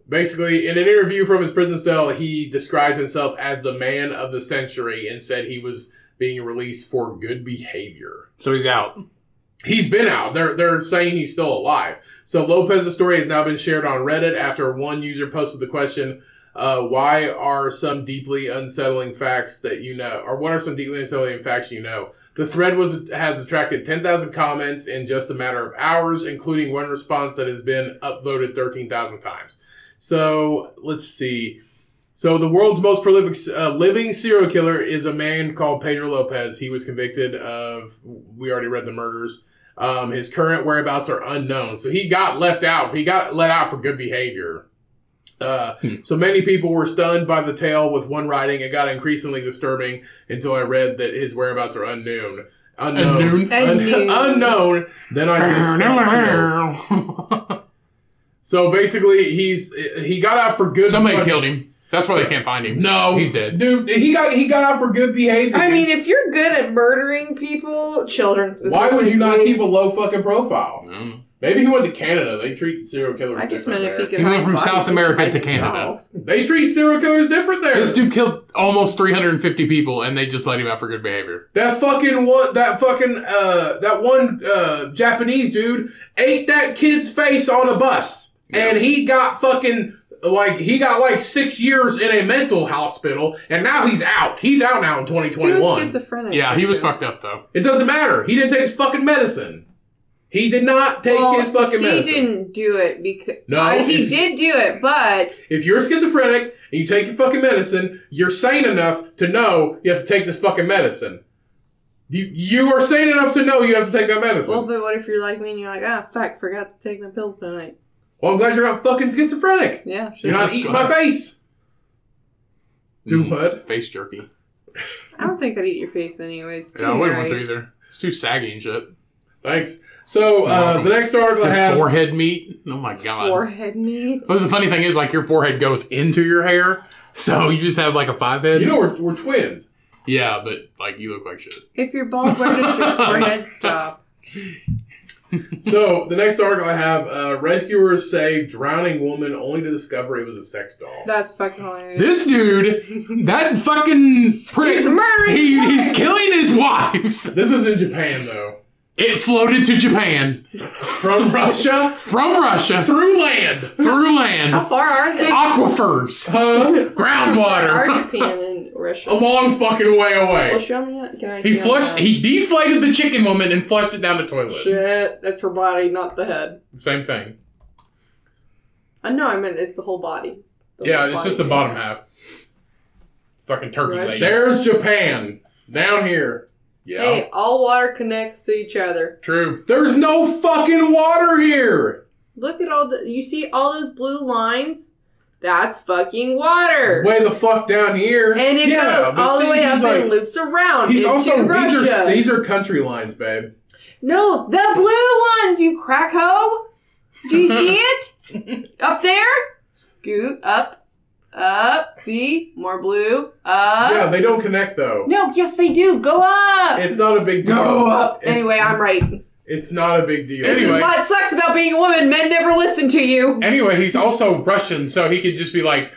Speaker 3: basically, in an interview from his prison cell, he described himself as the man of the century and said he was being released for good behavior.
Speaker 4: So he's out.
Speaker 3: He's been out. They're they're saying he's still alive. So Lopez's story has now been shared on Reddit after one user posted the question, uh, "Why are some deeply unsettling facts that you know, or what are some deeply unsettling facts you know?" The thread was has attracted ten thousand comments in just a matter of hours, including one response that has been upvoted thirteen thousand times. So let's see. So the world's most prolific uh, living serial killer is a man called Pedro Lopez. He was convicted of we already read the murders. Um, his current whereabouts are unknown. So he got left out. He got let out for good behavior. Uh,
Speaker 4: Hmm.
Speaker 3: so many people were stunned by the tale with one writing. It got increasingly disturbing until I read that his whereabouts are unknown. Unknown.
Speaker 4: Unknown.
Speaker 2: Unknown.
Speaker 3: unknown. Then I just felt chills. So basically, he's he got out for good.
Speaker 4: Somebody
Speaker 3: fucking-
Speaker 4: killed him. That's why they can't find him.
Speaker 3: No,
Speaker 4: He's dead.
Speaker 3: dude. He got he got out for good behavior.
Speaker 2: I mean, if you're good at murdering people, children
Speaker 3: why
Speaker 2: specifically,
Speaker 3: would you not keep a low fucking profile?
Speaker 4: Mm.
Speaker 3: Maybe he went to Canada. They treat serial killers.
Speaker 2: I just
Speaker 3: different
Speaker 2: meant if
Speaker 3: there.
Speaker 2: he could.
Speaker 4: He went
Speaker 2: hide
Speaker 4: from
Speaker 2: bodies
Speaker 4: South
Speaker 2: and
Speaker 4: America
Speaker 2: hide
Speaker 4: to Canada.
Speaker 2: himself.
Speaker 3: They treat serial killers different there.
Speaker 4: This dude killed almost 350 people, and they just let him out for good behavior.
Speaker 3: that fucking one, that fucking uh, that one uh, Japanese dude ate that kid's face on a bus, and he got fucking like he got like six years in a mental hospital, and now he's out. He's out now in twenty
Speaker 2: He
Speaker 3: twenty
Speaker 2: was
Speaker 3: one.
Speaker 2: schizophrenic.
Speaker 4: Yeah, he was
Speaker 2: too.
Speaker 4: fucked up though.
Speaker 3: It doesn't matter. He didn't take his fucking medicine. He did not take
Speaker 2: Well,
Speaker 3: his fucking
Speaker 2: he
Speaker 3: medicine.
Speaker 2: didn't do it because
Speaker 3: No,
Speaker 2: I- he
Speaker 3: if-
Speaker 2: did do it, but
Speaker 3: If you're schizophrenic and you take your fucking medicine, you're sane enough to know you have to take this fucking medicine. You, you are sane enough to know you have to take that medicine.
Speaker 2: well,
Speaker 3: Well,
Speaker 2: but what if you're like me and you're like, ah, fuck, forgot to take my pills tonight?
Speaker 3: I'm glad you're not fucking schizophrenic.
Speaker 2: Yeah, sure.
Speaker 3: You're not
Speaker 4: that's
Speaker 3: eating
Speaker 4: good.
Speaker 3: my face.
Speaker 4: Mm-hmm.
Speaker 3: Do what?
Speaker 4: Face jerky.
Speaker 2: I don't think I'd eat your face anyway. It's too
Speaker 4: Yeah, I wouldn't want to
Speaker 2: hairy.
Speaker 4: either. It's too saggy and shit.
Speaker 3: Thanks. So uh, the next article I
Speaker 4: Your
Speaker 3: have.
Speaker 4: forehead meat. Oh my god.
Speaker 2: forehead meat.
Speaker 4: But the funny thing is, like your forehead goes into your hair, so you just have like a five head.
Speaker 3: You know we're, we're twins.
Speaker 4: yeah, but like you look like shit.
Speaker 2: If you're bald, where does your forehead stop?
Speaker 3: so the next article I have: uh, rescuers save drowning woman only to discover it was a sex doll.
Speaker 2: That's fucking hilarious.
Speaker 4: This dude, that fucking prick,
Speaker 2: He's murdering
Speaker 4: he-
Speaker 2: women.
Speaker 4: he's killing his wives.
Speaker 3: This is in Japan though,
Speaker 4: It floated to Japan
Speaker 3: from Russia
Speaker 4: from Russia
Speaker 3: through land.
Speaker 4: through land,
Speaker 2: How far are they?
Speaker 4: aquifers,
Speaker 3: Huh?
Speaker 2: Are
Speaker 4: groundwater.
Speaker 2: Japan and Russia?
Speaker 3: A long fucking way away.
Speaker 2: Well, show me that. Can I?
Speaker 4: He
Speaker 2: see on
Speaker 4: flushed.
Speaker 2: that?
Speaker 4: He deflated the chicken woman and flushed it down the toilet.
Speaker 2: Shit, that's her body, not the head.
Speaker 4: Same thing.
Speaker 2: I know. I meant it's the whole body. The
Speaker 4: Yeah,
Speaker 2: whole
Speaker 4: it's
Speaker 2: body.
Speaker 4: just the bottom half. Fucking turkey
Speaker 2: Right.
Speaker 4: leg.
Speaker 3: There's Japan down here. Yeah.
Speaker 2: Hey, all water connects to each other.
Speaker 4: True.
Speaker 3: There's no fucking water here.
Speaker 2: Look at all the. You see all those blue lines? That's fucking water.
Speaker 3: Way the fuck down here.
Speaker 2: And it
Speaker 3: Yeah,
Speaker 2: goes
Speaker 3: but
Speaker 2: all
Speaker 3: see,
Speaker 2: the way
Speaker 3: he's
Speaker 2: up
Speaker 3: like-
Speaker 2: and loops around.
Speaker 3: He's
Speaker 2: into
Speaker 3: also these
Speaker 2: Russia.
Speaker 3: are these are country lines, babe.
Speaker 2: No, the blue ones, you crack hoe. Do you see it? up there? Scoot up. Up. See? More blue. Up.
Speaker 3: yeah, they don't connect though.
Speaker 2: No, yes, they do. Go up.
Speaker 3: It's not a big deal.
Speaker 2: Go up.
Speaker 3: It's-
Speaker 2: uh, anyway, I'm right.
Speaker 3: it's not a big deal.
Speaker 2: This
Speaker 4: Anyway.
Speaker 2: is what sucks about being a woman. Men never listen to you.
Speaker 4: Anyway, he's also Russian, so he could just be like,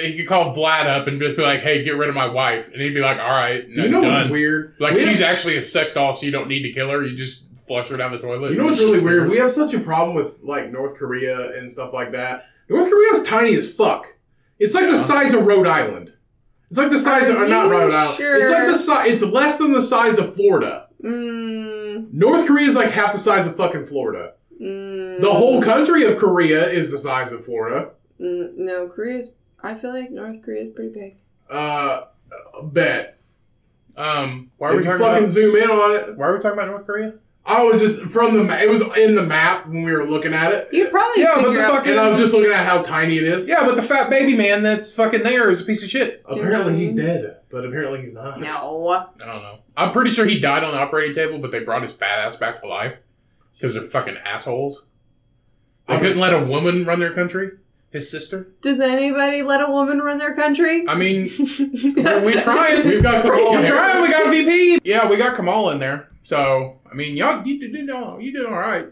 Speaker 4: he could call Vlad up and just be like, "Hey, get rid of my wife," and he'd be like, "All right,
Speaker 3: you
Speaker 4: I'm
Speaker 3: know
Speaker 4: done."
Speaker 3: what's weird?
Speaker 4: Like
Speaker 3: We have-
Speaker 4: she's actually a sex doll, so you don't need to kill her. You just flush her down the toilet.
Speaker 3: You know what's really weird? We have such a problem with like North Korea and stuff like that. North Korea's tiny as fuck. It's like the
Speaker 4: Yeah.
Speaker 3: size of Rhode Island. It's like the size of
Speaker 2: Are
Speaker 3: or not
Speaker 2: you
Speaker 3: Rhode Island. It's like
Speaker 2: sure?
Speaker 3: the size. It's less than the size of Florida.
Speaker 2: Mm,
Speaker 3: North Korea is like half the size of fucking Florida.
Speaker 2: mm,
Speaker 3: The whole country of Korea is the size of Florida.
Speaker 2: Mm, no, Korea's. I feel like North Korea's pretty big.
Speaker 3: Uh, bet.
Speaker 4: Um, why are we
Speaker 3: If you
Speaker 4: talking
Speaker 3: fucking
Speaker 4: about?
Speaker 3: zoom in on it,
Speaker 4: Why are we talking about North Korea?
Speaker 3: I was just from the. Ma- it was in the map when we were looking at it.
Speaker 2: You probably
Speaker 4: Yeah, but
Speaker 2: figure
Speaker 4: the
Speaker 2: out-
Speaker 4: fucking-
Speaker 3: and I was just looking at how tiny it is.
Speaker 4: Yeah, but the fat baby man that's fucking there is a piece of shit.
Speaker 3: Apparently he's dead, but apparently he's not.
Speaker 2: No.
Speaker 4: I don't know. I'm pretty sure he died on the operating table, but they brought his fat ass back to life because they're fucking assholes. They couldn't let a woman run their country. His sister.
Speaker 2: Does anybody let a woman run their country?
Speaker 4: I mean, we're, we trying.
Speaker 3: We've got Kamala
Speaker 4: We're trying. We
Speaker 3: Harris.
Speaker 4: got VP. Yeah, we got Kamala in there. So I mean, y'all, you did you, know, you did all right.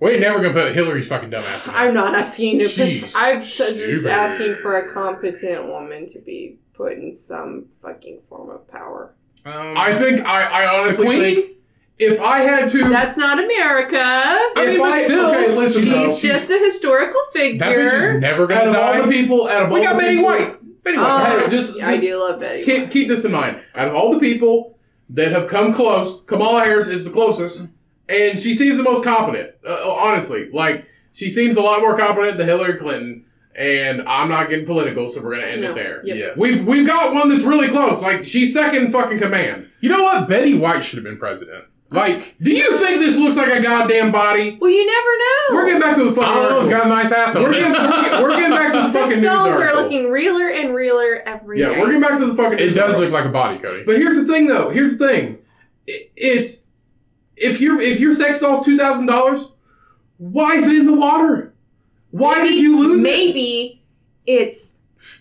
Speaker 4: We ain't never gonna put Hillary's fucking dumbass. in there.
Speaker 2: I'm not asking you to
Speaker 4: She's
Speaker 2: put, I'm so- just
Speaker 4: stupid.
Speaker 2: asking for a competent woman to be put in some fucking form of power.
Speaker 4: Um,
Speaker 3: I think I, I honestly
Speaker 4: The queen?
Speaker 3: think if I had to,
Speaker 2: That's not America.
Speaker 4: I
Speaker 3: if
Speaker 4: mean, but still,
Speaker 3: okay, listen
Speaker 2: She's
Speaker 3: though,
Speaker 2: just a historical
Speaker 4: that bitch is
Speaker 2: figure.
Speaker 4: never
Speaker 3: out
Speaker 4: gonna
Speaker 3: of all
Speaker 4: die.
Speaker 3: the people, out of
Speaker 4: we
Speaker 3: all
Speaker 4: got
Speaker 3: the
Speaker 4: Betty
Speaker 3: people,
Speaker 4: White. Betty White's
Speaker 2: Uh,
Speaker 4: hot.
Speaker 3: Hey, just,
Speaker 2: I
Speaker 3: just
Speaker 2: do love Betty.
Speaker 3: keep,
Speaker 2: White.
Speaker 3: keep this in mind. Out of all the people that have come close, Kamala Harris is the closest, and she seems the most competent. Uh, honestly, like she seems a lot more competent than Hillary Clinton. And I'm not getting political, so we're gonna end
Speaker 2: No.
Speaker 3: it there.
Speaker 2: Yep.
Speaker 4: Yes.
Speaker 3: We've we've got one that's really close. Like she's second fucking command.
Speaker 4: You know what? Betty White should have been president. Like,
Speaker 3: Do you think this looks like a goddamn body?
Speaker 2: Well, you never know.
Speaker 3: We're getting back to the fucking.
Speaker 4: I don't know, it's
Speaker 3: article.
Speaker 4: got a nice ass on
Speaker 3: We're
Speaker 4: it.
Speaker 3: getting, we're getting- we're getting back to the
Speaker 2: Sex
Speaker 3: fucking news
Speaker 2: dolls are
Speaker 3: article.
Speaker 2: looking realer and realer every
Speaker 3: yeah,
Speaker 2: day.
Speaker 3: we're getting back to the fucking.
Speaker 4: it
Speaker 3: news
Speaker 4: does
Speaker 3: article.
Speaker 4: look like a body, Cody.
Speaker 3: But here's the thing, though. Here's the thing. I- It's if your if your sex doll's two thousand dollars, why is it in the water? Why did you lose it?
Speaker 2: Maybe it's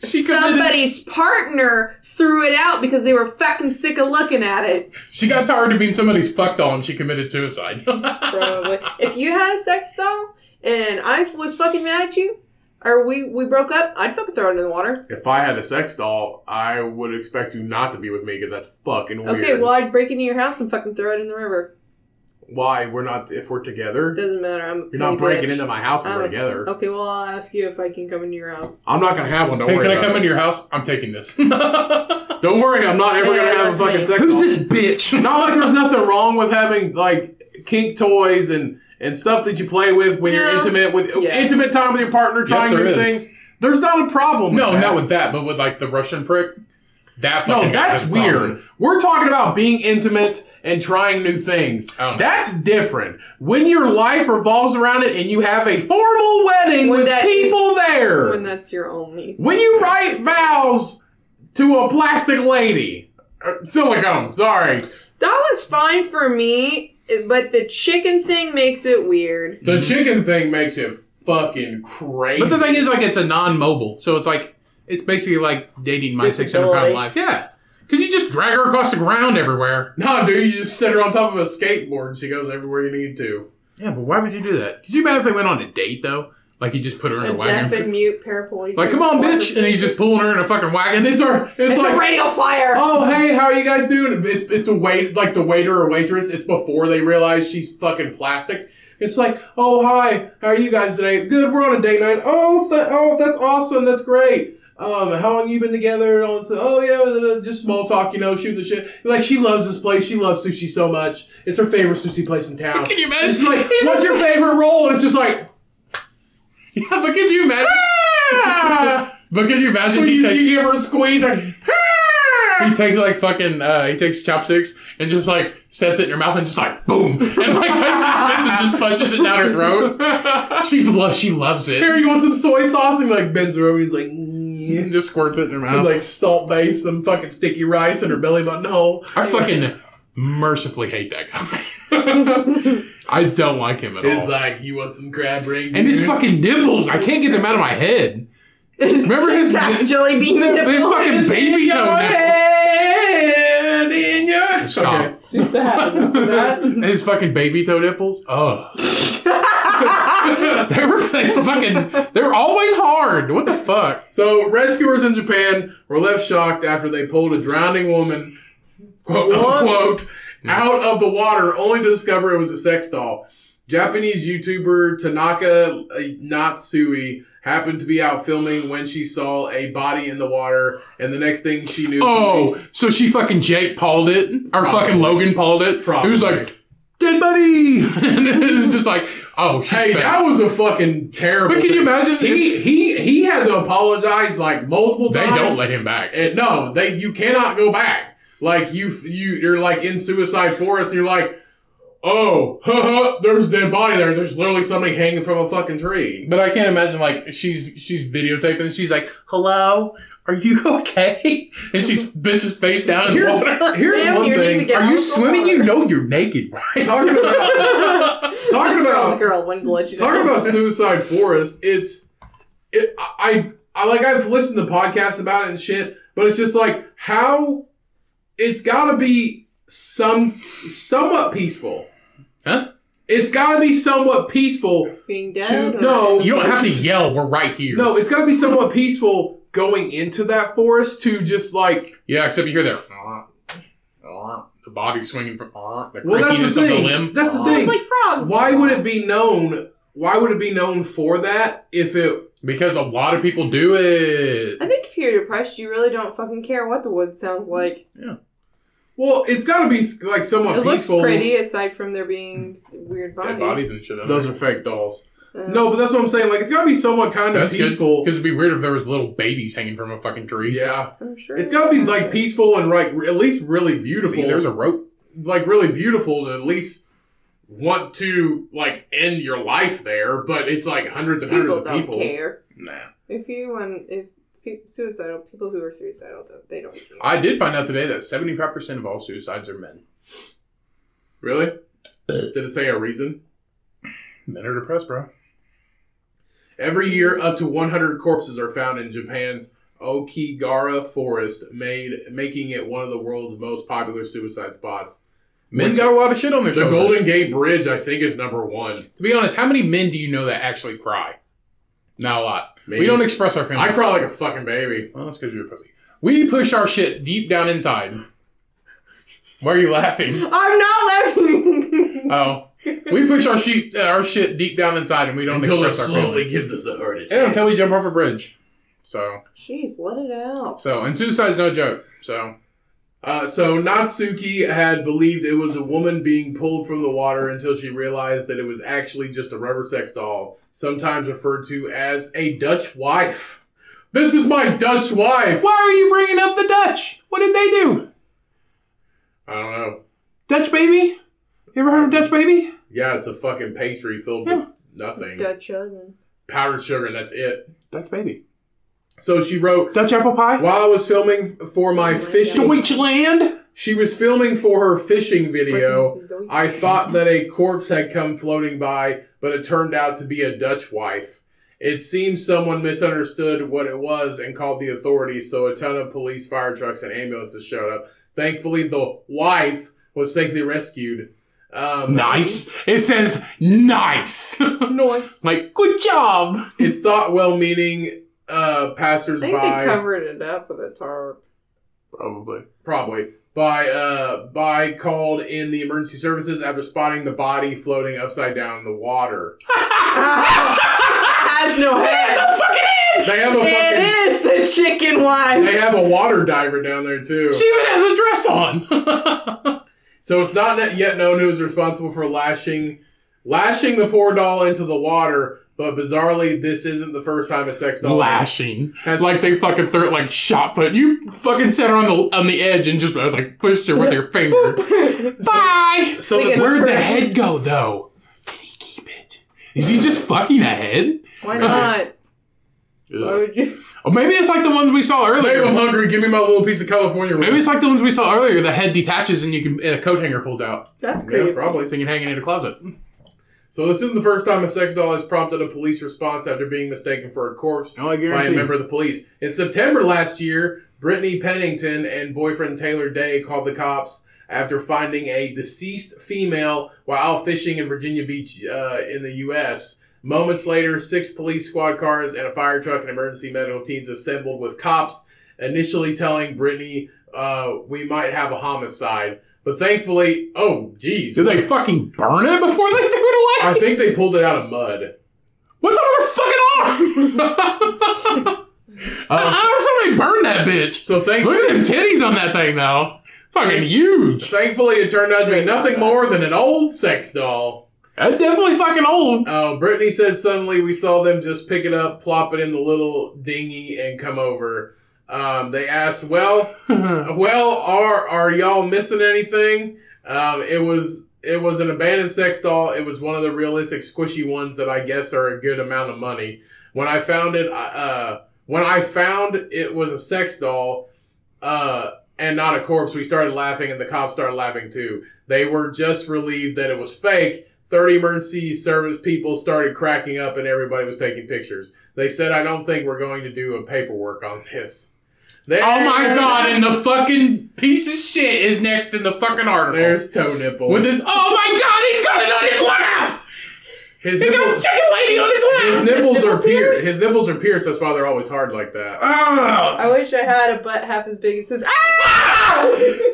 Speaker 4: She committed-
Speaker 2: somebody's partner threw it out because they were fucking sick of looking at it.
Speaker 4: She got tired of being somebody's fuck doll and she committed suicide.
Speaker 2: probably. if you had a sex doll and I was fucking mad at you, or we we broke up, I'd fucking throw it in the water.
Speaker 3: If I had a sex doll, I would expect you not to be with me because that's fucking weird.
Speaker 2: Okay, well I'd break into your house and fucking throw it in the river.
Speaker 3: Why we're not if we're together?
Speaker 2: Doesn't matter. I'm a
Speaker 3: You're not
Speaker 2: petty
Speaker 3: breaking
Speaker 2: bitch.
Speaker 3: into my house if
Speaker 2: I'm
Speaker 3: we're
Speaker 2: a-
Speaker 3: together.
Speaker 2: Okay, well I'll ask you if I can come into your house.
Speaker 3: I'm not gonna have one. Don't
Speaker 4: hey,
Speaker 3: worry.
Speaker 4: can I
Speaker 3: about
Speaker 4: come
Speaker 3: it.
Speaker 4: into your house? I'm taking this. Who's
Speaker 3: Don't worry. I'm not ever
Speaker 2: Yeah,
Speaker 3: gonna have a
Speaker 2: that's
Speaker 3: fucking
Speaker 2: me.
Speaker 3: sex doll.
Speaker 4: bitch?
Speaker 3: not like there's nothing wrong with having like kink toys and and stuff that you play with when you're
Speaker 2: No.
Speaker 3: intimate with
Speaker 2: Yeah.
Speaker 3: intimate time with your partner trying
Speaker 4: there
Speaker 3: new
Speaker 4: is.
Speaker 3: things. There's not a problem.
Speaker 4: No,
Speaker 3: with that.
Speaker 4: not with that, but with like the Russian prick. That fucking
Speaker 3: No,
Speaker 4: guy
Speaker 3: that's
Speaker 4: has a problem.
Speaker 3: weird. We're talking about being intimate and trying new things.
Speaker 4: I don't know.
Speaker 3: That's different. When your life revolves around it and you have a formal wedding
Speaker 2: When
Speaker 3: with
Speaker 2: that
Speaker 3: people there.
Speaker 2: When that's your only.
Speaker 3: when you write vows to a plastic lady. Uh, Silicone, sorry.
Speaker 2: That was fine for me, but the chicken thing makes it weird.
Speaker 3: The chicken thing makes it fucking crazy.
Speaker 4: Mm-hmm. But the thing is, like, it's a non-mobile, so it's like it's basically like dating my six hundred pound
Speaker 2: Disability.
Speaker 4: life. Yeah, because you just drag her across the ground everywhere.
Speaker 3: No, dude, you just sit her on top of a skateboard and she goes everywhere you need to.
Speaker 4: Yeah, but why would you do that? Could you imagine if they went on a date though? Like you just put her in a,
Speaker 2: A deaf and
Speaker 4: wagon.
Speaker 2: mute paraplegic.
Speaker 4: Like, come on, bitch! And he's just pulling her in a fucking wagon.
Speaker 3: And it's our it's,
Speaker 2: It's
Speaker 3: like
Speaker 2: a radio flyer.
Speaker 3: Oh hey, how are you guys doing? It's it's a wait like the waiter or waitress, it's before they realize she's fucking plastic. It's like, oh hi, how are you guys today? Good, we're on a date night. Oh th- oh that's awesome, that's great. Um, how long you been together? And all this- Oh yeah, blah, blah, blah, just small talk, you know, shoot the shit. Like she loves this place, she loves sushi so much. It's her favorite sushi place in town.
Speaker 4: Can you imagine?
Speaker 3: It's like, what's your favorite role? And it's just like
Speaker 4: Yeah, but could you imagine? but could you imagine
Speaker 3: When
Speaker 4: he
Speaker 3: you,
Speaker 4: takes
Speaker 3: you give her a squeeze, like,
Speaker 4: he takes like fucking uh, he takes chopsticks and just like sets it in her mouth and just like boom and like takes his fist and just punches it down her throat. She loves she loves it.
Speaker 3: Here, you want some soy sauce? And he, like bends over. He's like, "Mm."
Speaker 4: And just squirts it in her
Speaker 3: and,
Speaker 4: mouth.
Speaker 3: like salt base some fucking sticky rice in her belly button hole.
Speaker 4: I fucking mercifully hate that guy. I don't like him at all.
Speaker 3: It's like you want some crab ring,
Speaker 4: and his
Speaker 3: dude?"
Speaker 4: fucking nipples, I can't get them out of my head. Remember his-
Speaker 2: TikTok jelly
Speaker 4: The,
Speaker 2: bean
Speaker 4: the
Speaker 2: nipple.
Speaker 4: fucking baby
Speaker 3: your
Speaker 4: toe nipples.
Speaker 3: head in your
Speaker 4: Stop.
Speaker 3: Okay.
Speaker 2: Too sad. That-
Speaker 4: His fucking baby toe nipples. Oh, they were they fucking. They're always hard. What the fuck?
Speaker 3: So rescuers in Japan were left shocked after they pulled a drowning woman, quote
Speaker 2: What?
Speaker 3: unquote,
Speaker 4: Mm.
Speaker 3: out of the water, only to discover it was a sex doll. Japanese YouTuber Tanaka uh, Natsui happened to be out filming when she saw a body in the water, and the next thing she knew, police-
Speaker 4: Oh, so she fucking Jake Pauled it, or fucking Logan Pauled it. It was
Speaker 3: Probably.
Speaker 4: like dead buddy, and it was just like, oh, she's
Speaker 3: hey,
Speaker 4: fat.
Speaker 3: that was a fucking terrible.
Speaker 4: But can you
Speaker 3: thing.
Speaker 4: imagine? if-
Speaker 3: He he he had to apologize like multiple
Speaker 4: they
Speaker 3: times.
Speaker 4: don't let him back.
Speaker 3: And no, they you cannot go back. Like you you you're like in Suicide Forest. And you're like, oh, there's a dead body there. There's literally somebody hanging from a fucking tree.
Speaker 4: But I can't imagine like she's she's videotaping. and She's like, "Hello, are you okay?" And she's bitch's face down in the
Speaker 3: Here's-
Speaker 4: water.
Speaker 3: Here's
Speaker 2: Ma'am,
Speaker 3: one
Speaker 2: you need to
Speaker 3: thing.
Speaker 2: get
Speaker 4: Are
Speaker 2: out
Speaker 4: you
Speaker 2: of the
Speaker 4: swimming? You
Speaker 2: water.
Speaker 4: know you're naked, right?
Speaker 3: Talking about
Speaker 2: Just
Speaker 3: talking
Speaker 2: girl,
Speaker 3: about
Speaker 2: girl, one blood. you know.
Speaker 3: talking about Suicide Forest. It's it. I I like I've listened to podcasts about it and shit, but it's just like how it's got to be some somewhat peaceful.
Speaker 4: Huh?
Speaker 3: It's got to be somewhat peaceful
Speaker 2: being
Speaker 3: to
Speaker 2: dead. or-
Speaker 3: no.
Speaker 4: you don't have to yell. We're right here.
Speaker 3: No, it's got to be somewhat peaceful going into that forest to just like.
Speaker 4: Yeah, except you hear there. The body swinging from uh, the
Speaker 3: Well, that's the
Speaker 4: creakiness of the
Speaker 3: thing.
Speaker 4: limb. Uh,
Speaker 3: That's the
Speaker 2: It's
Speaker 3: thing.
Speaker 2: like frogs.
Speaker 3: Why would it be known? Why would it be known for that if it?
Speaker 4: Because a lot of people do it.
Speaker 2: I think if you're depressed, you really don't fucking care what the woods sounds like.
Speaker 3: Well, it's got to be like somewhat
Speaker 2: it looks
Speaker 3: peaceful.
Speaker 2: pretty, aside from there being weird bodies.
Speaker 4: Oh, Dead bodies and shit.
Speaker 3: Those are fake dolls.
Speaker 2: Uh,
Speaker 3: No, but that's what I'm saying. Like, it's got to be somewhat kind of
Speaker 4: That's
Speaker 3: peaceful.
Speaker 4: Because it'd be weird if there was little babies hanging from a fucking tree.
Speaker 3: Yeah,
Speaker 2: I'm sure
Speaker 3: it's got to be like peaceful and like at least really beautiful.
Speaker 4: See, there's a rope.
Speaker 3: like really beautiful to at least want to like end your life there. But it's like hundreds and hundreds
Speaker 2: People
Speaker 3: of
Speaker 2: don't
Speaker 3: people.
Speaker 2: care.
Speaker 4: Nah.
Speaker 2: If you want, if pe- suicidal people who are suicidal, don't- they don't care.
Speaker 4: I did find out today that 75% of all suicides are men.
Speaker 3: Really? Did it say a reason?
Speaker 4: Men are depressed, bro.
Speaker 3: Every year, up to 100 corpses are found in Japan's Okigara Forest, made making it one of the world's most popular suicide spots.
Speaker 4: Men
Speaker 3: Which-
Speaker 4: got a lot of shit on their
Speaker 3: The
Speaker 4: shoulders.
Speaker 3: Golden Gate Bridge, I think, is number one.
Speaker 4: to be honest, how many men do you know that actually cry? Not a lot.
Speaker 3: Maybe.
Speaker 4: We don't express our feelings.
Speaker 3: I cry like a fucking baby.
Speaker 4: Well, that's because you're a pussy. We push our shit deep down inside. Why are you laughing?
Speaker 2: I'm not laughing.
Speaker 4: Oh, we push our shit, uh, our shit deep down inside, and we don't
Speaker 3: Until it
Speaker 4: express our
Speaker 3: slowly
Speaker 4: feelings.
Speaker 3: gives us a heart
Speaker 4: And
Speaker 3: attack.
Speaker 4: until we jump off a bridge. So,
Speaker 2: Jeez, let it out.
Speaker 4: so, and suicide's no joke. So,
Speaker 3: Uh, so Natsuki had believed it was a woman being pulled from the water until she realized that it was actually just a rubber sex doll, sometimes referred to as a Dutch wife. This is my Dutch wife.
Speaker 4: why are you bringing up the Dutch? What did they do?
Speaker 3: I don't know.
Speaker 4: Dutch baby? You ever heard of Dutch baby?
Speaker 3: Yeah, it's a fucking pastry filled with nothing.
Speaker 2: Dutch oven.
Speaker 3: Powdered sugar, and that's it.
Speaker 4: Dutch baby.
Speaker 3: So she wrote,
Speaker 4: Dutch apple pie.
Speaker 3: while I was filming for my fishing,
Speaker 4: Deutschland.
Speaker 3: she was filming for her fishing video. I thought that a corpse had come floating by, but it turned out to be a Dutch wife. It seems someone misunderstood what it was and called the authorities, so a ton of police, fire trucks, and ambulances showed up. Thankfully, the wife was safely rescued. Um,
Speaker 4: Nice. It says nice.
Speaker 2: Noise.
Speaker 4: like good job.
Speaker 3: It's thought well-meaning uh,
Speaker 2: I
Speaker 3: passersby.
Speaker 2: think they covered it up with a tarp.
Speaker 4: Probably.
Speaker 3: probably by uh by called in the emergency services after spotting the body floating upside down in the water.
Speaker 2: Has no head.
Speaker 3: They have a fucking
Speaker 2: It is a chicken wife.
Speaker 3: they have a water diver down there too.
Speaker 4: She even has a dress on.
Speaker 3: So it's not net- yet known who's responsible for lashing lashing the poor doll into the water, But bizarrely, this isn't the first time a sex doll has-
Speaker 4: lashing.
Speaker 3: has
Speaker 4: Like they fucking throw it like shot put. You fucking set her on the on the edge and just uh, like pushed her with your finger. Bye.
Speaker 3: So
Speaker 2: Like
Speaker 3: the
Speaker 2: a-
Speaker 3: third
Speaker 4: Where'd the head go though? Did he keep it? Is he just fucking a head?
Speaker 2: Why not? Why would you?
Speaker 4: Or maybe it's like the ones we saw
Speaker 3: Babe, I'm
Speaker 4: earlier.
Speaker 3: hungry. Give me my little piece of California. roll.
Speaker 4: Maybe it's like the ones we saw earlier. The head detaches and you can and a coat hanger pulled out.
Speaker 2: That's
Speaker 3: yeah,
Speaker 2: creepy.
Speaker 3: probably.
Speaker 4: So you can hang it in a closet.
Speaker 3: So this isn't the first time a sex doll has prompted a police response after being mistaken for a corpse
Speaker 4: Oh, I
Speaker 3: by a member of the police. In September last year, Brittany Pennington and boyfriend Taylor Day called the cops after finding a deceased female while fishing in Virginia Beach uh, in the U.S. Moments later, six police squad cars and a fire truck and emergency medical teams assembled with cops, initially telling Brittany, uh, we might have a homicide. But thankfully, oh, geez.
Speaker 4: Did they fucking burn it before they threw it away?
Speaker 3: I think they pulled it out of mud.
Speaker 4: What's on their fucking arm? How did somebody burn that bitch?
Speaker 3: So thankfully,
Speaker 4: Look at them titties on that thing though. Fucking huge.
Speaker 3: thankfully, it turned out to be nothing more than an old sex doll.
Speaker 4: That's definitely fucking old.
Speaker 3: Uh, Brittany said suddenly we saw them just pick it up, plop it in the little dinghy, and come over. Um, they asked, "Well, Uh,
Speaker 4: Oh
Speaker 3: well, are are y'all missing anything?" Um, it was it was an abandoned sex doll. It was one of the realistic squishy ones that I guess are a good amount of money. When I found it, I- uh, when I found it was a sex doll, uh, and not a corpse, we started laughing, and the cops started laughing too. They were just relieved that it was fake. Thirty emergency service people started cracking up, and everybody was taking pictures. They said, "I don't think we're going to do a paperwork on this." There-
Speaker 4: Oh my god, and the fucking piece of shit is next in the fucking article.
Speaker 3: There's toe nipples.
Speaker 4: with his Oh my god, he's got it on his lap!
Speaker 3: his
Speaker 4: He's got a
Speaker 3: nipples,
Speaker 4: chicken lady on his
Speaker 3: his
Speaker 4: lap!
Speaker 3: nipples
Speaker 2: nipple
Speaker 3: are pierced.
Speaker 2: pierced?
Speaker 3: His nipples are pierced. That's why they're always hard like that.
Speaker 4: Ah!
Speaker 2: I wish I had a butt half as big as his. Ah!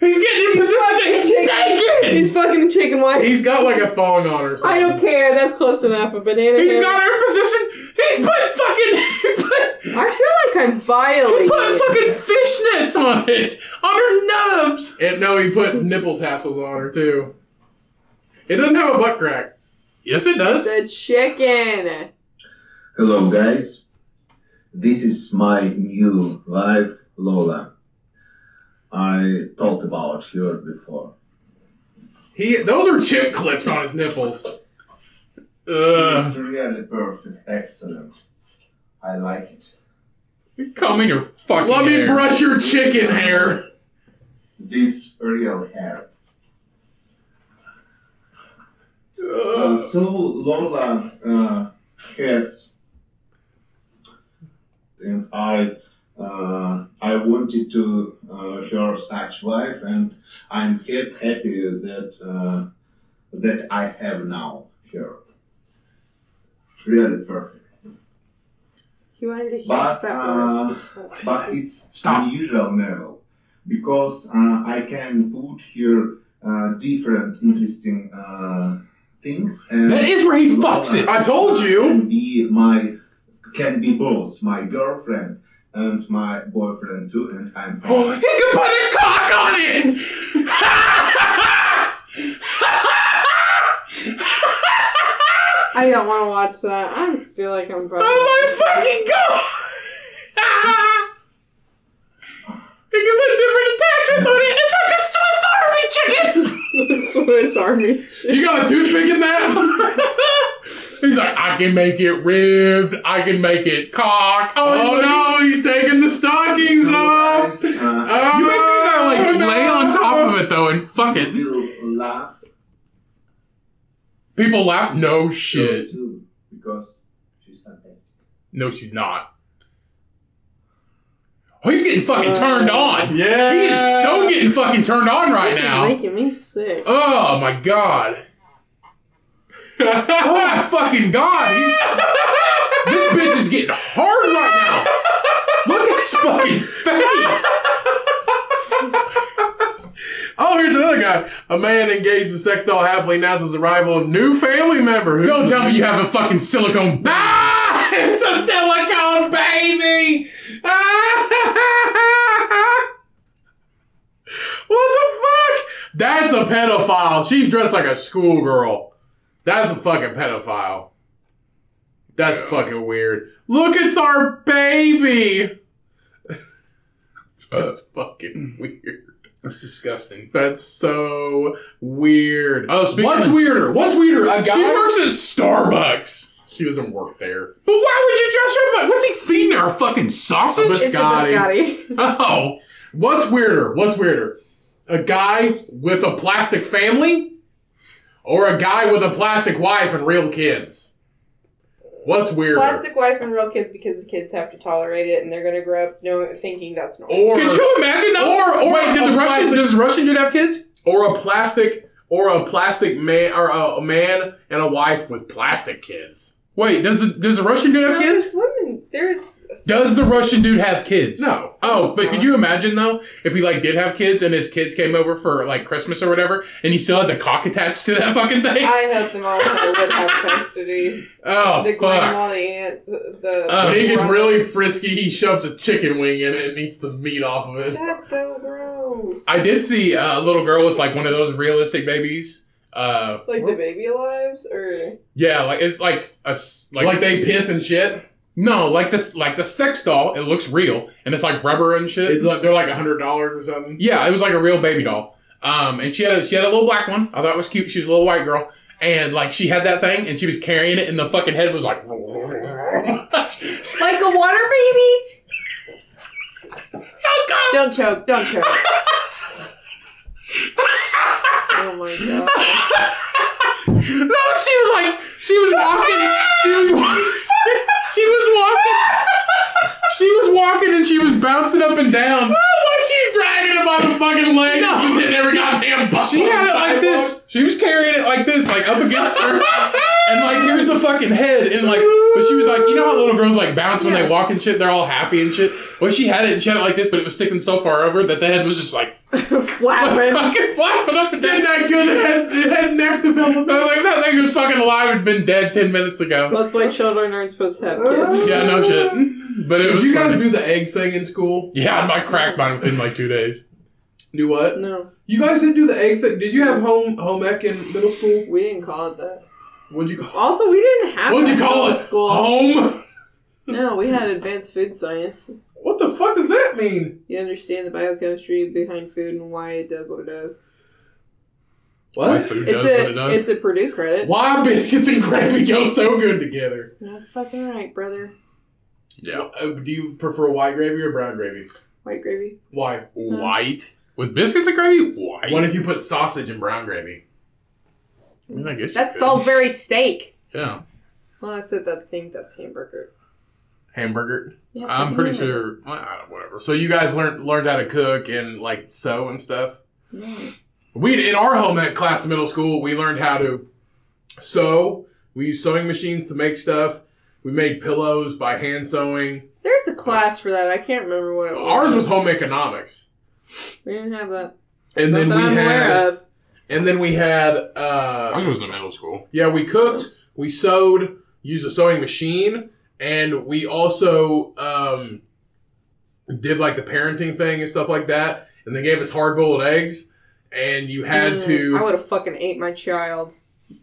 Speaker 4: He's getting in position to he's naked!
Speaker 2: He's fucking chicken wire.
Speaker 3: He's got like a thong on or something.
Speaker 2: I don't care. That's close enough. A banana.
Speaker 4: He's
Speaker 2: hammock.
Speaker 4: got her in position. He's put fucking he put,
Speaker 2: I feel like I'm
Speaker 4: he
Speaker 2: violating.
Speaker 4: put fucking fishnets on it on her nubs.
Speaker 3: And no, he put nipple tassels on her too. It doesn't have a butt crack.
Speaker 4: Yes, it does.
Speaker 2: the chicken.
Speaker 5: Hello, guys. This is my new life, Lola. I talked about her before.
Speaker 3: He those are chip clips on his nipples.
Speaker 4: Ugh.
Speaker 3: Uh.
Speaker 5: It's really perfect, excellent. I like it.
Speaker 4: Combing her fucking.
Speaker 3: Let me
Speaker 4: hair.
Speaker 3: brush your chicken hair.
Speaker 5: This real hair. Uh,
Speaker 3: Ugh.
Speaker 5: so Lola uh, has, and I, uh, I wanted to uh, her such life, and I'm ha- happy that uh, that I have now her. Really perfect,
Speaker 2: He wanted a huge
Speaker 5: But,
Speaker 2: fat
Speaker 5: uh,
Speaker 2: one.
Speaker 5: but it's
Speaker 4: Stop.
Speaker 5: unusual now because uh, I can put here uh, different interesting uh, things. And
Speaker 4: That is where he fucks it.
Speaker 3: I told you.
Speaker 5: can be my can be both my girlfriend and my boyfriend too, and I'm
Speaker 4: He
Speaker 3: Oh,
Speaker 4: can put a cock on it.
Speaker 2: I don't want to watch that. I feel like I'm violating.
Speaker 4: oh my fucking god! he can put different attachments on it. It's like a Swiss Army chicken.
Speaker 2: Swiss Army shit.
Speaker 4: You got a toothpick in that? he's like, I can make it ribbed. I can make it cock.
Speaker 3: Oh no, he's taking the stockings off.
Speaker 5: uh,
Speaker 3: Oh,
Speaker 4: You basically gotta like
Speaker 3: no.
Speaker 4: lay on top of it though and fuck
Speaker 3: Uh,
Speaker 4: it.
Speaker 5: will laugh
Speaker 4: People laugh. No
Speaker 5: too,
Speaker 4: shit.
Speaker 5: too because she's fantastic.
Speaker 4: No, she's not. Oh, he's getting fucking turned on.
Speaker 3: Yeah.
Speaker 4: He is so getting fucking turned on right
Speaker 2: This is
Speaker 4: now.
Speaker 2: making me sick.
Speaker 4: Oh my god. Oh my fucking god. He's, this bitch is getting hard right now. Look at his fucking face.
Speaker 3: Oh, here's another guy. A man engaged in sex doll happily announces the arrival of new family member. Who
Speaker 4: Don't tell me you have a fucking silicone back.
Speaker 3: Ah, it's a silicone baby. Ah, what the fuck? That's a pedophile. She's dressed like a schoolgirl. That's a fucking pedophile. That's fucking weird. Look, it's our baby. That's fucking weird.
Speaker 4: That's disgusting.
Speaker 3: That's so weird.
Speaker 4: Oh, speaking
Speaker 3: What's
Speaker 4: of-
Speaker 3: weirder? What's weirder?
Speaker 4: A
Speaker 3: She
Speaker 4: guy-
Speaker 3: works at Starbucks. She doesn't work there.
Speaker 4: But why would you dress her up like? What's he feeding her? A fucking sausage?
Speaker 3: But-
Speaker 6: It's a
Speaker 3: Biscotti.
Speaker 6: biscotti.
Speaker 3: Oh, what's weirder? What's weirder? A guy with a plastic family or a guy with a plastic wife and real kids? What's weirder?
Speaker 2: Plastic wife and real kids because the kids have to tolerate it and they're gonna grow up knowing thinking that's normal.
Speaker 3: or
Speaker 4: Could you imagine that?
Speaker 3: Or- or
Speaker 4: wait, did
Speaker 3: a
Speaker 4: the Russian
Speaker 3: plastic-
Speaker 4: does the Russian dude have kids?
Speaker 3: or a plastic or a plastic man or a, a man and a wife with plastic kids?
Speaker 4: Wait, does the does the Russian dude have kids?
Speaker 2: There's women. There's
Speaker 4: Does the Russian dude have kids?
Speaker 3: No.
Speaker 4: Oh, but could you imagine though if he like did have kids and his kids came over for like Christmas or whatever, and he still had the cock attached to that fucking thing?
Speaker 2: I hope them also would have custody.
Speaker 4: oh,
Speaker 2: the
Speaker 4: fuck.
Speaker 2: grandma, the aunt, the.
Speaker 4: Uh,
Speaker 3: When he gets
Speaker 2: brother.
Speaker 3: really frisky, he shoves a chicken wing in it and eats the meat off of it.
Speaker 2: That's so gross.
Speaker 4: I did see uh, a little girl with like one of those realistic babies. Uh,
Speaker 2: like the baby lives, or
Speaker 4: yeah, like it's like a s- like,
Speaker 3: Like, they piss and shit.
Speaker 4: no, like this like the sex doll. It looks real and it's like rubber and shit.
Speaker 3: It's like they're like a hundred dollars or something.
Speaker 4: Yeah, it was like a real baby doll. Um, and she had a, she had a little black one. I thought it was cute. She was a little white girl, and like she had that thing, and she was carrying it, and the fucking head was like.
Speaker 6: like a water baby?
Speaker 2: don't choke, don't choke. oh my god!
Speaker 4: No, she was like she was walking. She was wa- she was walking. She was walking and she was bouncing up and down. was she dragging it by the fucking leg? No. She was hitting every goddamn She had it like this. She was carrying it like this, like up against her. And like here's the fucking head, and like, but she was like, you know how little girls like bounce when they walk and shit, they're all happy and shit. Well, she had it and she had it like this, but it was sticking so far over that the head was just like "Ah,
Speaker 6: Flapping.
Speaker 4: fucking flapping up and down.
Speaker 3: Getting that good head, head and neck development.
Speaker 4: I was like, that thing was fucking alive and been dead ten minutes ago.
Speaker 2: That's why children aren't supposed to have kids.
Speaker 4: Yeah, no shit. But it
Speaker 3: Did
Speaker 4: was.
Speaker 3: you
Speaker 4: funny.
Speaker 3: guys do the egg thing in school?
Speaker 4: Yeah, and my crack mine within like two days.
Speaker 3: Do what?
Speaker 2: No,
Speaker 3: You guys did do the egg thing. Did you have home home ec in middle school?
Speaker 2: we didn't call it that.
Speaker 3: What'd you call?
Speaker 2: Also, we didn't have.
Speaker 3: What'd you
Speaker 2: that
Speaker 3: call
Speaker 2: in
Speaker 3: it? Oh.
Speaker 2: School.
Speaker 3: Home.
Speaker 2: No, we had advanced food science.
Speaker 3: What the fuck does that mean?
Speaker 2: You understand the biochemistry behind food and why it does what it does.
Speaker 4: My
Speaker 3: What?
Speaker 4: food
Speaker 2: It's
Speaker 4: does what it
Speaker 2: a
Speaker 4: does.
Speaker 2: it's a Purdue credit.
Speaker 3: Why biscuits and gravy go so good together?
Speaker 2: That's fucking right, brother.
Speaker 4: yeah,
Speaker 3: Uh, do you prefer white gravy or brown gravy?
Speaker 2: White gravy.
Speaker 3: Why?
Speaker 4: white with biscuits and gravy. White.
Speaker 3: What if you put sausage in brown gravy?
Speaker 4: I mean, I guess you
Speaker 6: That's
Speaker 4: could.
Speaker 6: Salisbury steak.
Speaker 4: Yeah,
Speaker 2: Well, I said that thing that's hamburger.
Speaker 3: Hamburger.
Speaker 4: I'm pretty sure. Well, I don't, whatever.
Speaker 3: So you guys learned learned how to cook and like sew and stuff.
Speaker 2: No.
Speaker 3: We in our home ec class in middle school, we learned how to sew. We used sewing machines to make stuff. We made pillows by hand sewing.
Speaker 2: There's a class for that. I can't remember what it was.
Speaker 3: Ours was home economics.
Speaker 2: We didn't have that.
Speaker 3: And
Speaker 2: Not
Speaker 3: then
Speaker 2: that
Speaker 3: we
Speaker 2: I'm
Speaker 3: had
Speaker 2: aware of.
Speaker 3: and then we had
Speaker 4: Ours
Speaker 3: uh
Speaker 4: was in middle school.
Speaker 3: yeah, we cooked, we sewed, used a sewing machine, and we also um did like the parenting thing and stuff like that. And they gave us hard boiled eggs and you had
Speaker 2: Mm,
Speaker 3: to
Speaker 2: I would have fucking ate my child.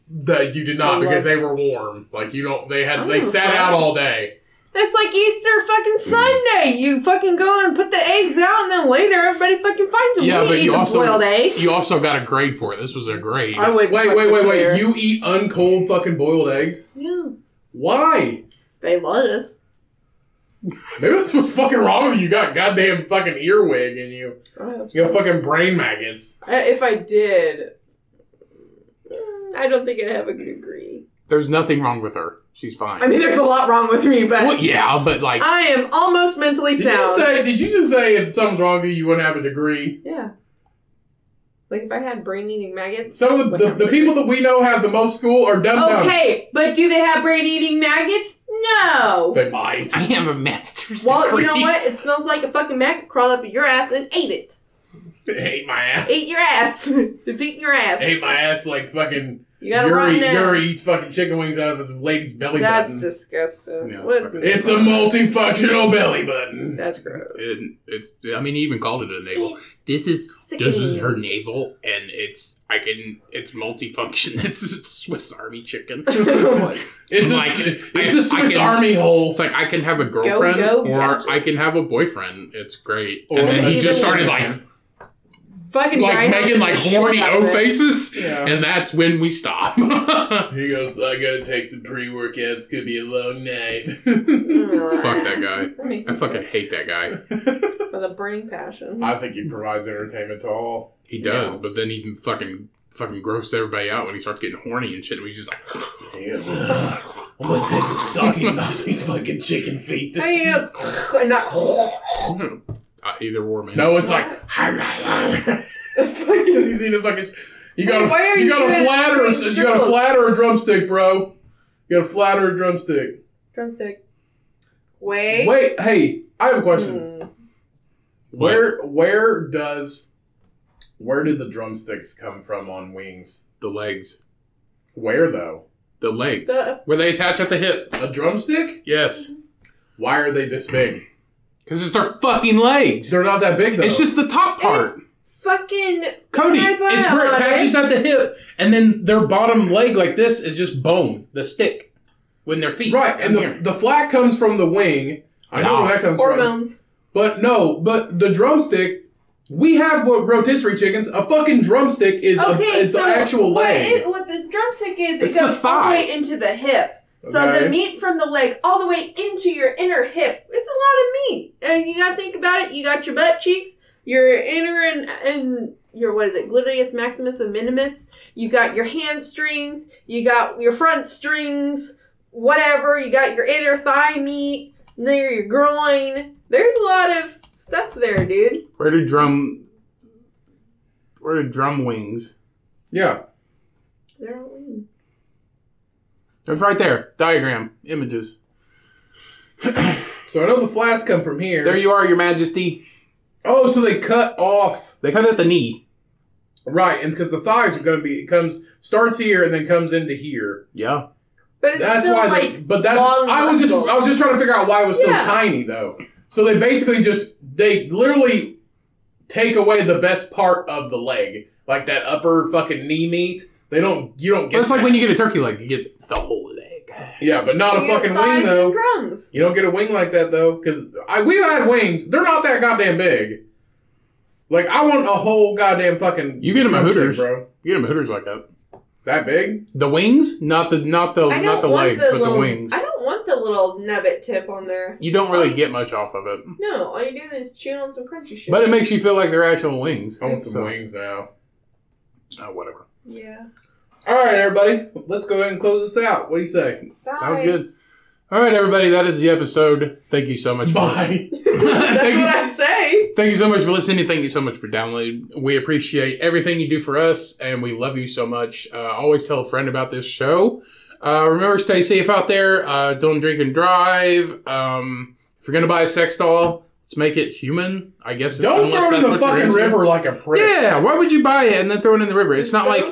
Speaker 3: that you did not
Speaker 2: I
Speaker 3: because they
Speaker 2: love-
Speaker 3: were warm. Like you don't they had
Speaker 2: I'm
Speaker 3: they
Speaker 2: gonna
Speaker 3: sat
Speaker 2: cry.
Speaker 3: out all day.
Speaker 6: That's like Easter fucking Sunday. You fucking go and put the eggs out, and then later everybody fucking finds them.
Speaker 4: Yeah,
Speaker 6: we
Speaker 4: but
Speaker 6: eat
Speaker 4: you
Speaker 6: the
Speaker 4: also-
Speaker 6: boiled egg.
Speaker 4: You also got a grade for it. This was a grade.
Speaker 2: I would.
Speaker 3: Wait,
Speaker 2: fuck
Speaker 3: wait, wait,
Speaker 2: prepare.
Speaker 3: wait. You eat uncold fucking boiled eggs?
Speaker 6: Yeah.
Speaker 3: Why?
Speaker 6: They love us.
Speaker 3: Maybe that's what's fucking wrong with you. You got goddamn fucking earwig in you.
Speaker 2: I hope
Speaker 3: You got
Speaker 2: so.
Speaker 3: fucking brain maggots.
Speaker 2: I- Uh, if I did, mm, I don't think I'd have a degree.
Speaker 4: There's nothing wrong with her. She's fine.
Speaker 2: I mean, there's a lot wrong with me, but
Speaker 4: well, yeah, but like,
Speaker 2: I am almost mentally
Speaker 3: Did
Speaker 2: sound.
Speaker 3: you say did you just say if something's wrong with you you wouldn't have a degree?
Speaker 2: yeah. Like if I had brain eating maggots.
Speaker 3: Some of the, the, the people that we know have the most school are dumb dumb.
Speaker 6: Okay, but do they have brain eating maggots? No.
Speaker 3: They might.
Speaker 4: I am a master's
Speaker 2: Well,
Speaker 4: degree.
Speaker 2: you know what? It smells like a fucking maggot crawled up your ass and ate it.
Speaker 3: Hate my ass.
Speaker 2: Ate your ass. it's eating your ass.
Speaker 3: Hate my ass like fucking
Speaker 2: you got a
Speaker 3: Yuri,
Speaker 2: rotten ass.
Speaker 3: Yuri eats fucking chicken wings out of his lady's belly
Speaker 2: That's
Speaker 3: button.
Speaker 2: disgusting.
Speaker 4: Yeah,
Speaker 2: Let's
Speaker 4: it's
Speaker 2: move
Speaker 3: it's a
Speaker 2: on.
Speaker 3: multifunctional belly button.
Speaker 2: That's gross.
Speaker 4: It- it's. I mean, he even called it a navel. This is
Speaker 2: Sickening.
Speaker 4: this is her navel, and it's I can. It's multifunction. It's a Swiss Army chicken.
Speaker 2: Oh
Speaker 3: It's,
Speaker 4: Like,
Speaker 3: a, s-
Speaker 4: I-
Speaker 3: it's a Swiss
Speaker 4: I can-
Speaker 3: Army hole.
Speaker 4: It's like I can have a girlfriend
Speaker 2: go,
Speaker 4: or
Speaker 2: gotcha.
Speaker 4: I can have a boyfriend. It's great.
Speaker 3: Or
Speaker 4: and then he
Speaker 3: even-
Speaker 4: just started like
Speaker 2: Fucking
Speaker 4: like
Speaker 2: giant
Speaker 4: making like
Speaker 2: shit
Speaker 4: horny
Speaker 2: out of
Speaker 4: O
Speaker 2: it.
Speaker 4: faces,
Speaker 3: Yeah.
Speaker 4: and that's when we stop. Fuck
Speaker 3: He goes, I gotta take some pre workouts. Could be a long night.
Speaker 4: that guy.
Speaker 7: That makes
Speaker 4: I
Speaker 7: me
Speaker 4: fucking
Speaker 7: sick.
Speaker 4: hate that guy.
Speaker 7: with a burning passion.
Speaker 3: I think he provides entertainment to all.
Speaker 4: He does,
Speaker 3: Yeah.
Speaker 4: but then he fucking fucking grosses everybody out when he starts getting horny and shit. And he's just like,
Speaker 3: I'm gonna take the stockings off these fucking chicken feet.
Speaker 2: Hey, you know, and not-
Speaker 4: uh, either or, man.
Speaker 3: No, it's like
Speaker 7: Fucking-
Speaker 3: he's eating a fucking. You got
Speaker 2: Why are
Speaker 3: a you,
Speaker 2: you
Speaker 3: got a
Speaker 2: doing
Speaker 3: flat or a-
Speaker 2: that?
Speaker 3: you got a flat or a drumstick, bro. You got a flat or a drumstick.
Speaker 7: Drumstick. Wait.
Speaker 3: Wait, hey, I have a
Speaker 2: Hmm.
Speaker 3: question.
Speaker 7: Mm.
Speaker 4: What?
Speaker 3: Where where does where did the drumsticks come from on wings?
Speaker 4: the legs,
Speaker 3: Where though?
Speaker 4: the legs,
Speaker 7: The-
Speaker 4: where they attach at the hip.
Speaker 3: A drumstick?
Speaker 4: Yes,
Speaker 3: Why are they this big?
Speaker 4: because it's their fucking legs.
Speaker 3: They're not that big though.
Speaker 4: It's just the top part.
Speaker 2: It's fucking
Speaker 4: Cody,
Speaker 2: Right by
Speaker 4: it's where it
Speaker 2: on
Speaker 4: attaches
Speaker 2: it.
Speaker 4: at the hip, and then their bottom leg, like this, is just bone, the stick, when their feet.
Speaker 3: right, and the,
Speaker 4: Here.
Speaker 3: the flat comes from the wing. I know
Speaker 4: Nah.
Speaker 3: where that comes from.
Speaker 7: Hormones.
Speaker 3: But no, but the drumstick. We have what rotisserie chickens. A fucking drumstick is a,
Speaker 2: okay.
Speaker 3: is
Speaker 2: so
Speaker 3: the actual
Speaker 2: what
Speaker 3: leg.
Speaker 2: it- what the drumstick is,
Speaker 4: It's
Speaker 2: it goes
Speaker 4: the
Speaker 2: all
Speaker 4: thigh.
Speaker 2: the way into the hip. So
Speaker 3: Okay.
Speaker 2: the meat from the leg all the way into your inner hip. It's a lot of meat, and you gotta think about it. You got your butt cheeks, your inner and and your what is it, gluteus maximus and minimus. You got your hamstrings. You got your front strings. Whatever. You got your inner thigh meat. and There, your groin. There's a lot of stuff there, dude.
Speaker 4: Where do drum? Where do drum wings?
Speaker 3: Yeah.
Speaker 2: They're all in.
Speaker 4: It's right there. Diagram images.
Speaker 3: So I know the flats come from here.
Speaker 4: There you are, Your Majesty.
Speaker 3: oh, so they cut off
Speaker 4: They cut at the knee.
Speaker 3: right, and because the thighs are going to be it comes starts here and then comes into here.
Speaker 4: Yeah.
Speaker 2: But it's
Speaker 3: That's
Speaker 2: still
Speaker 3: why.
Speaker 2: like
Speaker 3: they, but that's
Speaker 2: long
Speaker 3: I was just I was just trying to figure out why it was so
Speaker 2: Yeah.
Speaker 3: tiny though. So they basically just they literally take away the best part of the leg, like that upper fucking knee meat. They don't you don't get.
Speaker 4: That's like
Speaker 3: that.
Speaker 4: when you get a turkey leg. You get the whole leg.
Speaker 3: yeah, but not a
Speaker 2: you get
Speaker 3: fucking
Speaker 2: thighs
Speaker 3: wing
Speaker 2: and
Speaker 3: though.
Speaker 2: Drums.
Speaker 3: You don't get a wing like that though, because I we've had wings. They're not that goddamn big. Like I want a whole goddamn fucking.
Speaker 4: You get 'em at
Speaker 3: drumstick,
Speaker 4: Hooters.
Speaker 3: bro.
Speaker 4: You get them Hooters like that.
Speaker 3: That big?
Speaker 4: The wings, not the not the
Speaker 7: I
Speaker 4: not
Speaker 7: don't
Speaker 4: the
Speaker 7: want
Speaker 4: legs,
Speaker 7: the
Speaker 4: but
Speaker 7: little-
Speaker 4: the wings.
Speaker 7: I don't want the little nubbit tip on there.
Speaker 4: You don't really get much off of it,
Speaker 7: No, all you're doing is chewing on some crunchy shit.
Speaker 4: but it makes you feel like they're actual wings.
Speaker 3: I want some
Speaker 4: So,
Speaker 3: wings now.
Speaker 4: Oh, whatever.
Speaker 7: yeah.
Speaker 3: All right, everybody, let's go ahead and close this out. What do you say?
Speaker 7: Bye.
Speaker 4: Sounds good. All right, everybody, that is the episode. Thank you so much. For listening. thank,
Speaker 7: That's
Speaker 4: you,
Speaker 7: what I say.
Speaker 4: thank you so much for listening. Thank you so much for downloading. We appreciate everything you do for us, and we love you so much. Uh, always tell a friend about this show. Uh, remember, stay safe out there. Uh, don't drink and drive. Um, if you're gonna buy a sex doll, let's make it human. I guess.
Speaker 3: Don't
Speaker 4: unless
Speaker 3: throw it in
Speaker 4: that's
Speaker 3: the
Speaker 4: what you're
Speaker 3: fucking
Speaker 4: into.
Speaker 3: river like a prick.
Speaker 4: Yeah, why would you buy it and then throw it in the river? It's not like.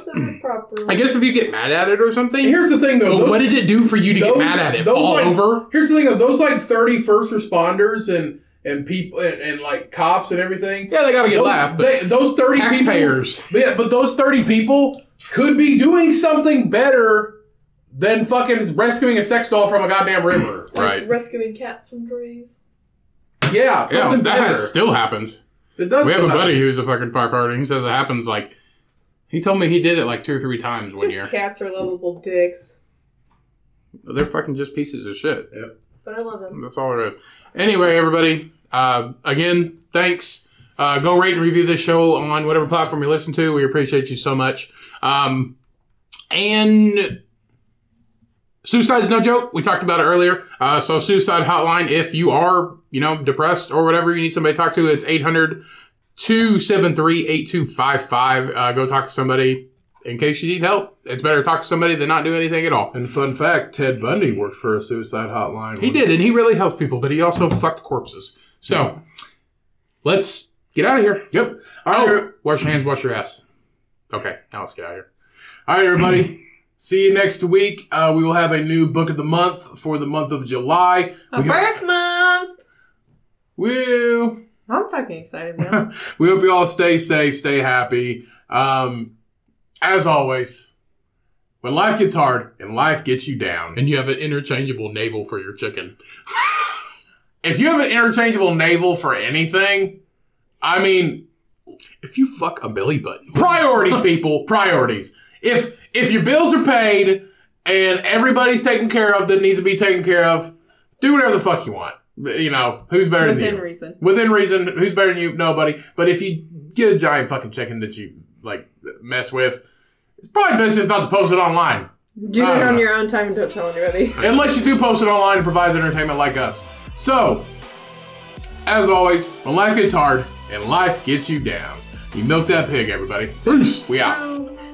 Speaker 4: I guess if you get mad at it or something.
Speaker 3: Here's the thing, though.
Speaker 4: But
Speaker 3: Those,
Speaker 4: what did it do for you to
Speaker 3: those-
Speaker 4: get mad at it?
Speaker 3: those,
Speaker 4: Fall
Speaker 3: like-
Speaker 4: over?
Speaker 3: here's the thing, though. Those like 30 first responders and and people and, and like cops and everything.
Speaker 4: Yeah, they gotta get
Speaker 3: those,
Speaker 4: laughed, but
Speaker 3: they- those 30 people.
Speaker 4: taxpayers.
Speaker 3: But yeah, but those 30 people could be doing something better than fucking rescuing a sex doll from a goddamn river.
Speaker 4: Right.
Speaker 7: Rescuing cats from trees.
Speaker 3: Yeah,
Speaker 4: Yeah,
Speaker 3: something
Speaker 4: that
Speaker 3: better.
Speaker 4: has- still happens.
Speaker 3: it does
Speaker 4: we have a
Speaker 3: sound-
Speaker 4: buddy who's a fucking firefighter. and He says it happens like. He told me he did it like two or three times one year.
Speaker 7: Because cats are lovable dicks.
Speaker 4: They're fucking just pieces of shit.
Speaker 7: But I love
Speaker 2: Um,
Speaker 7: them.
Speaker 4: That's all it is. Anyway, everybody, uh, again, thanks. Uh, go rate and review this show on whatever platform you listen to. We appreciate you so much. Um, and suicide's no joke. We talked about it earlier. Uh, so suicide hotline, if you are, you know, depressed or whatever, you need somebody to talk to, it's 800 273 8255. Uh, Go talk to somebody in case you need help. It's better to talk to somebody than not do anything at all.
Speaker 3: And fun fact, Ted Bundy worked for a suicide hotline.
Speaker 4: He did, and he really helped people, but he also fucked corpses. So let's get out of here.
Speaker 3: Yep. All right,
Speaker 4: Oh, wash your hands, wash your ass. Okay, now let's get out of here.
Speaker 3: all right, everybody. See you next week. Uh, we will have a new book of the month for the month of July.
Speaker 2: A
Speaker 3: We hope-
Speaker 2: birth month.
Speaker 3: Woo!
Speaker 2: I'm fucking excited now.
Speaker 3: We hope you all stay safe, stay happy. Um,
Speaker 4: as always, when life gets hard and life gets you down,
Speaker 3: And you have an interchangeable navel for your chicken.
Speaker 4: if you have an interchangeable navel for anything, I mean,
Speaker 3: If you fuck a belly button,
Speaker 4: priorities people priorities if if your bills are paid and everybody's taken care of that needs to be taken care of do whatever the fuck you want you know who's better than
Speaker 8: Within
Speaker 4: you
Speaker 8: reason.
Speaker 4: within reason who's better than you nobody but if you get a giant fucking chicken that you like mess with it's probably best just not to post it online
Speaker 2: Do it
Speaker 4: I don't
Speaker 2: on
Speaker 4: know.
Speaker 2: your own time and don't tell anybody.
Speaker 4: unless you do post it online and provides entertainment like us so as always when life gets hard and life gets you down you milk that pig everybody peace we out
Speaker 8: Sounds